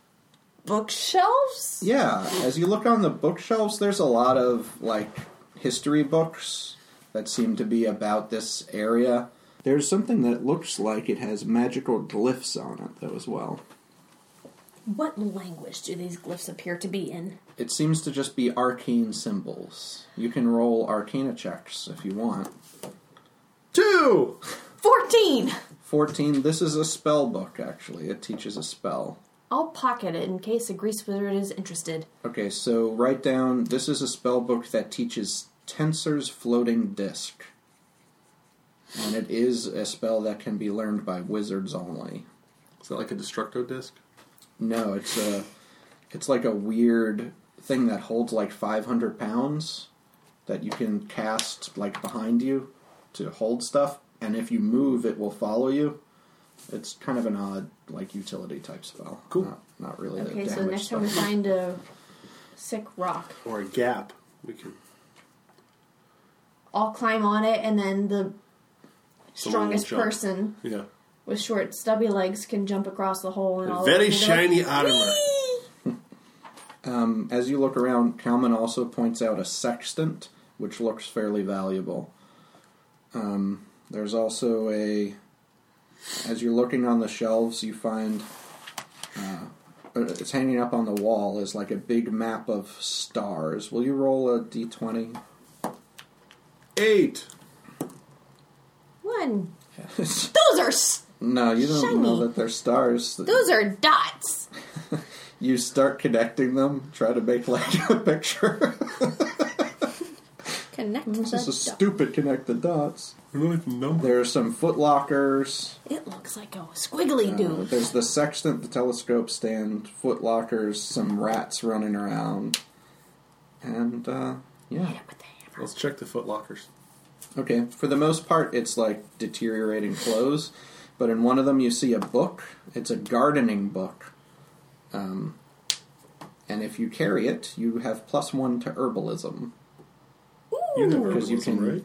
H: bookshelves.
F: Yeah, as you look on the bookshelves, there's a lot of like history books that seem to be about this area. There's something that looks like it has magical glyphs on it, though, as well.
H: What language do these glyphs appear to be in?
F: It seems to just be arcane symbols. You can roll arcana checks if you want.
C: Two!
H: 14!
F: 14. This is a spell book, actually. It teaches a spell.
H: I'll pocket it in case a grease wizard is interested.
F: Okay, so write down this is a spell book that teaches Tensor's Floating Disc. And it is a spell that can be learned by wizards only.
C: Is that like a destructo disc?
F: No, it's a. It's like a weird thing that holds like 500 pounds that you can cast like behind you to hold stuff, and if you move, it will follow you. It's kind of an odd, like utility type spell. Cool. Not, not really. the
Q: Okay, so
F: damage
Q: next
F: stuff.
Q: time we find a sick rock,
C: Or a gap. We can.
Q: I'll climb on it, and then the
C: Someone will
Q: strongest
C: jump.
Q: person
C: Yeah.
Q: with short, stubby legs can jump across the hole. And I'll
C: Very
Q: open it up.
C: shiny armor.
F: As you look around, Kalman also points out a sextant, which looks fairly valuable. Um, there's also a. As you're looking on the shelves, you find. Uh, it's hanging up on the wall is like a big map of stars. Will you roll a d20?
C: Eight!
H: One. Those are s-
F: no, you don't know
H: Shiny.
F: that they're stars.
H: those are dots.
F: You start connecting them, try to make like a picture.
H: Connect
F: Mm, this is a
H: the dots.
F: stupid connect the dots.
C: We're like number.
F: There are some footlockers.
H: It looks like a squiggly
F: Uh,
H: dude.
F: There's the sextant, the telescope stand, foot lockers, some rats running around, and uh, yeah.
C: Let's check the footlockers.
F: Okay, for the most part, it's like deteriorating clothes, but in one of them you see a book. It's a gardening book, um, and if you carry it, you have plus one to herbalism.
C: You have
F: Because you
C: herbalism,
F: can-
C: right?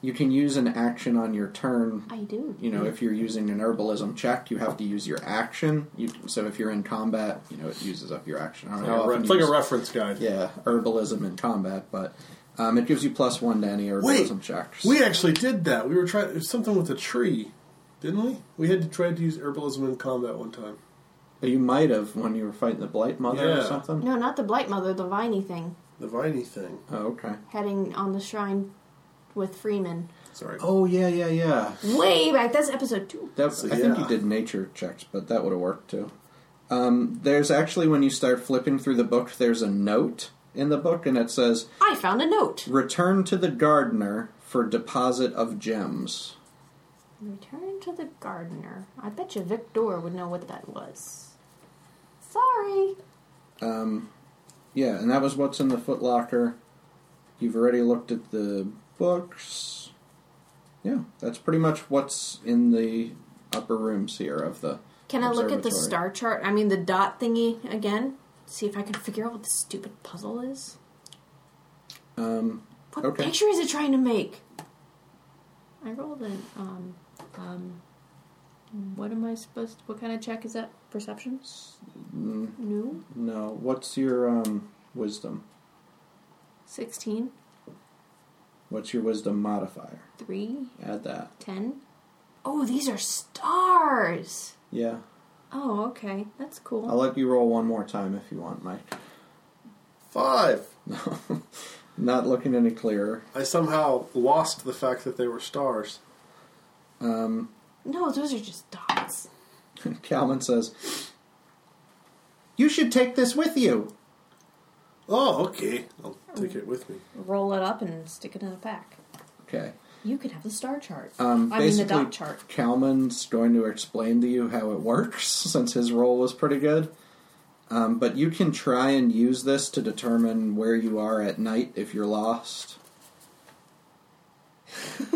F: You can use an action on your turn
H: I do.
F: you know, if you're using an herbalism check, you have to use your action. You, so if you're in combat, you know, it uses up your action. I don't know how often
C: it's
F: you
C: like a
F: use-
C: reference guide.
F: yeah, herbalism in combat, but um, it gives you plus one to any herbalism checks.
C: We actually did that. We were trying it was something with a tree, didn't we? We had to try to use herbalism in combat one time.
F: Uh, you might have when you were fighting the blight mother or
C: Yeah.
F: something.
H: No, not the Blight Mother, the Viney thing.
C: The viney thing.
F: Oh, okay.
H: Heading on the shrine with Freeman.
C: Sorry.
F: Oh yeah, yeah, yeah.
H: Way back. That's episode two.
F: That,
C: So,
F: I think
C: yeah.
F: you did nature checks, but that would have worked too. Um, there's actually when you start flipping through the book, there's a note in the book, and it says,
H: I found a note.
F: "Return to the gardener for deposit of gems."
H: Return to the gardener. I bet you Victor would know what that was. Sorry.
F: Um, yeah, and that was what's in the footlocker. You've already looked at the books. Yeah, that's pretty much what's in the upper rooms here of the.
H: Can I look at the
F: observatory.
H: star chart? I mean, the dot thingy again. See if I can figure out what this stupid puzzle is.
F: Um,
H: What
F: Okay.
H: picture is it trying to make? I rolled an um um. What am I supposed? What kind of check is that? Perception?
F: mm,
H: No.
F: no. What's your um, wisdom?
H: Sixteen.
F: What's your wisdom modifier?
H: Three.
F: Add that.
H: Ten. Oh, these are stars.
F: Yeah.
H: Oh, okay. That's cool.
F: I'll let you roll one more time if you want, Mike.
C: Five.
F: Not looking any clearer.
C: I somehow lost the fact that they were stars.
F: Um,
H: No, those are just dots.
F: Calvin says, You should take this with you.
C: Oh, okay. I'll take it with me.
H: Roll it up and stick it in a pack.
F: Okay.
H: You could have the star chart.
F: Um,
H: I mean the
F: basically,
H: dot chart.
F: Kalman's going to explain to you how it works since his role was pretty good. Um, but you can try and use this to determine where you are at night if you're lost.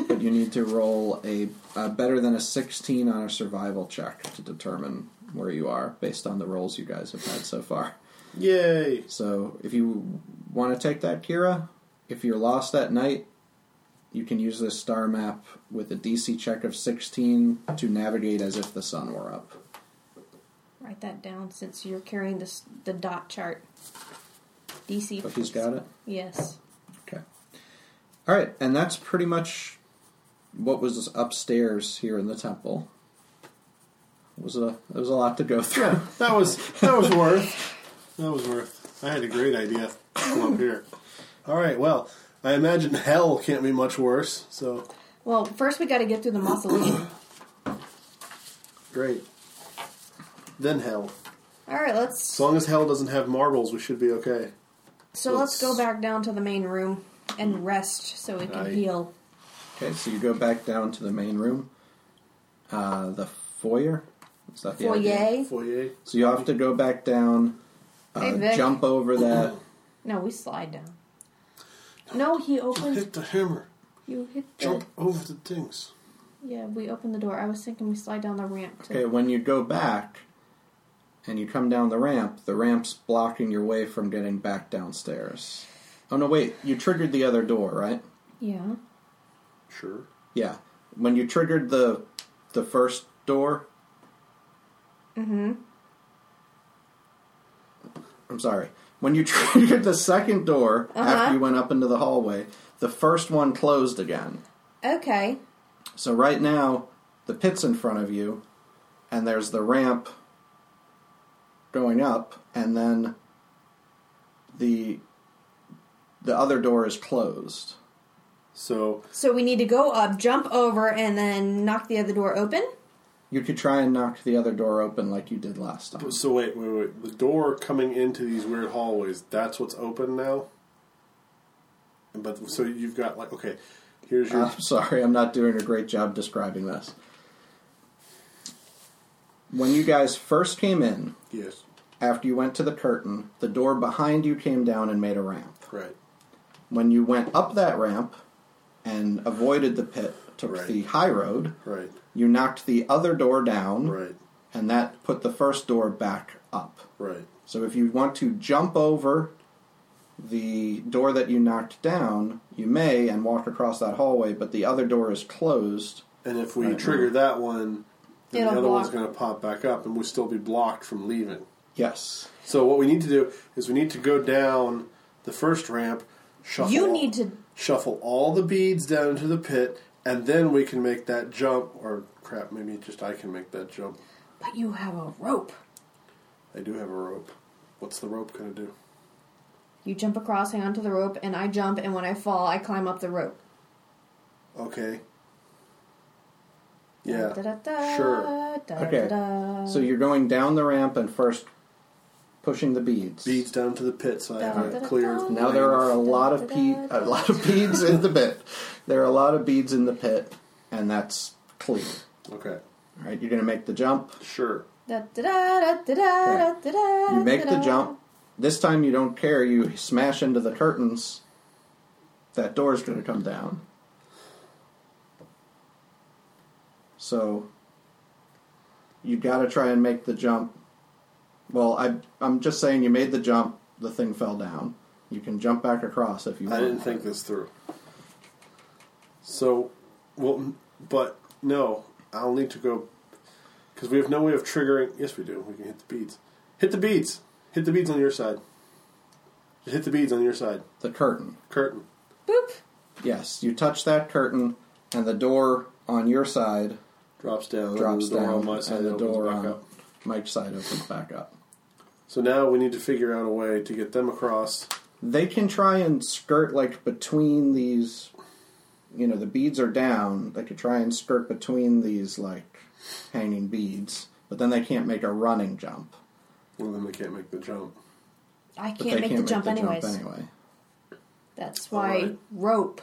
F: but you need to roll a, a better than a 16 on a survival check to determine where you are based on the rolls you guys have had so far.
C: Yay!
F: So if you want to take that, Kira, if you're lost that night, you can use this star map with a DC check of 16 to navigate as if the sun were up.
H: Write that down since you're carrying the s- the dot chart. DC.
F: But he's got it?
H: Yes.
F: Okay. All right, and that's pretty much what was upstairs here in the temple. It was a it was a lot to go through.
C: Yeah, that was that was worth. That was worth. I had a great idea. Come up here. All right. Well, I imagine hell can't be much worse. So
H: Well, first we got to get through the mausoleum.
C: great. Then hell.
H: All right, let's.
C: As long as hell doesn't have marbles, we should be okay.
H: So let's go back down to the main room and rest so we can
F: Aye.
H: heal.
F: Okay, so you go back down to the main room, uh, the foyer. Is that the idea?
H: Foyer.
C: Foyer.
F: So you have to go back down, uh,
H: Hey, Vic.
F: jump over that.
H: No, we slide down. No, he opens.
C: Hit the hammer.
H: You hit the.
C: Jump over the things.
H: Yeah, we open the door. I was thinking we slide down the ramp. To,
F: Okay, when you go back and you come down the ramp, the ramp's blocking your way from getting back downstairs. Oh no, wait, you triggered the other door, right?
H: Yeah.
C: Sure.
F: Yeah. When you triggered the the first door,
H: Mm-hmm.
F: I'm sorry. When you triggered the second door
H: Uh-huh.
F: after you went up into the hallway, the first one closed again.
H: Okay.
F: So right now, the pit's in front of you, and there's the ramp going up, and then the the other door is closed.
C: So
H: So we need to go up, jump over, and then knock the other door open.
F: You could try and knock the other door open like you did last time.
C: so wait wait wait. The door coming into these weird hallways. That's what's open now. But so you've got like okay. Here's your
F: I'm sorry, I'm not doing a great job describing this. When you guys first came in,
C: yes.
F: after you went to the curtain, the door behind you came down and made a ramp.
C: Right.
F: when you went up that ramp and avoided the pit, took
C: Right.
F: the high road,
C: Right.
F: you knocked the other door down,
C: Right.
F: and that put the first door back up.
C: Right.
F: So if you want to jump over the door that you knocked down, you may and walk across that hallway, but the other door is closed.
C: And if we
F: Right.
C: trigger that one, then the
H: It'll
C: other one's
H: block.
C: going to pop back up, and we'll still be blocked from leaving.
F: Yes.
C: So what we need to do is we need to go down the first ramp. Shuffle
H: You need to-
C: shuffle all the beads down into the pit, and then we can make that jump. Or crap, maybe just I can make that jump.
H: But you have a rope.
C: I do have a rope. What's the rope going to do?
H: You jump across, hang onto the rope, and I jump, and when I fall, I climb up the rope.
C: Okay. Yeah.
H: Da-da-da,
C: Sure.
F: Okay.
H: da-da-da.
F: So you're going down the ramp and first pushing the beads.
C: Beads down to the pit, so I have a
H: Da-da-da-da.
C: clear.
F: Now there are a lot of pe- a lot of beads in the pit. There are a lot of beads in the pit, and that's clear.
C: Okay.
F: All right, you're going to make the jump.
C: Sure.
G: Da da da da da da da da.
F: You make the jump. This time you don't care. You smash into the curtains. That door's going to come down. So you got to try and make the jump. Well, I, I'm just saying you made the jump. The thing fell down. You can jump back across if you
C: I
F: want.
C: didn't think this through. So, well, but no, I'll need to go because we have no way of triggering. Yes, we do. We can hit the beads. Hit the beads. Hit the beads on your side. Hit the beads on your side.
F: the curtain.
C: Curtain.
F: Yes, you touch that curtain, and the door on your side
C: drops down.
F: drops
C: and the door
F: down,
C: on my side
F: and the
C: opens
F: door
C: back
F: on
C: up.
F: Mike's side opens back up.
C: So now we need to figure out a way to get them across.
F: They can try and skirt like between these. You know, the beads are down. They could try and skirt between these like hanging beads, but then they can't make a running jump.
C: Well, then they can't make the jump.
G: I can't
F: But they
G: make
F: can't
G: the jump
F: make the
G: anyways.
F: jump anyway.
G: That's why
C: Alright.
G: rope.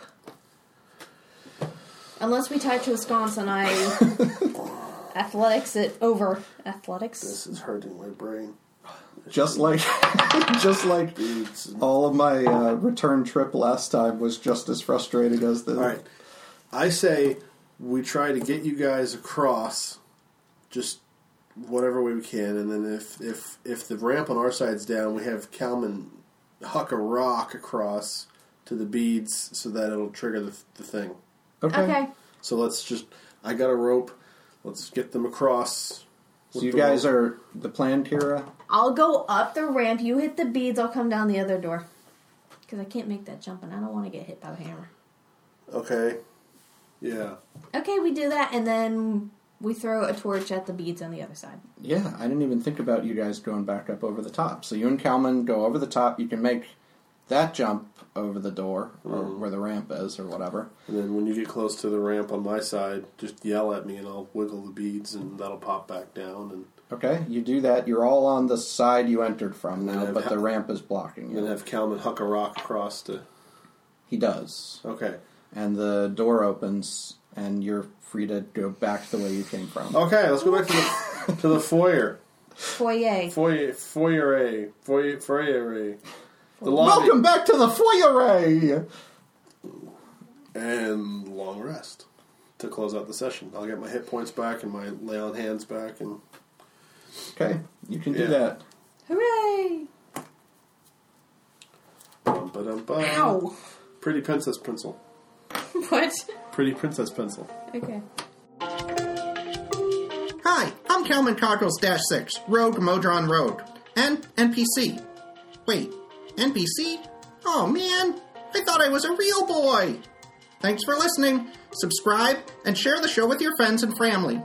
H: Unless we tie to a sconce and I
G: Athletics it over. Athletics.
C: This is hurting my brain.
F: Just like, just like
C: Beads.
F: all of my uh, return trip last time was just as frustrating as the.
C: All right. I say we try to get you guys across, just whatever way we can, and then if if if the ramp on our side's down, we have Calman huck a rock across to the beads so that it'll trigger the, the thing.
F: okay.
C: So let's just. I got a rope. Let's get them across.
F: So you guys are the plan, Kira.
H: I'll go up the ramp. You hit the beads. I'll come down the other door.
E: Because I can't make that jump and I don't want to get hit by the hammer.
C: are okay. Yeah.
H: Okay, we do that, and then we throw a torch at the beads on the other side.
F: Yeah, I didn't even think about you guys going back up over the top. So you and Kalman go over the top. You can make that jump over the door or where the ramp is or whatever.
C: And then when you get close to the ramp on my side, just yell at me and I'll wiggle the beads and that'll pop back down and
F: Okay, you do that. You're all on the side you entered from now,
C: I've
F: but
C: ha-
F: the ramp is blocking
C: then
F: you.
C: have Calman huck a rock across to.
F: He does,
C: Okay.
F: and the door opens, and you're free to go back the way you came from.
C: Okay, let's go back to the, to the foyer.
H: Foyer.
C: Foyer, foyer, foyer, foyer. The lobby.
F: Welcome back to the foyer.
C: And long rest to close out the session. I'll get my hit points back and my lay on hands back and.
F: Okay, you can do
C: Yeah.
F: that.
H: Hooray!
C: Bum, ba-dum, bum.
H: Ow!
C: Pretty princess pencil.
H: What?
C: Pretty princess pencil.
H: Okay.
R: Hi, I'm Calman Cockles Dash 6, Rogue Modron Rogue, and NPC. Wait, NPC? Oh man, I thought I was a real boy! Thanks for listening. Subscribe and share the show with your friends and family.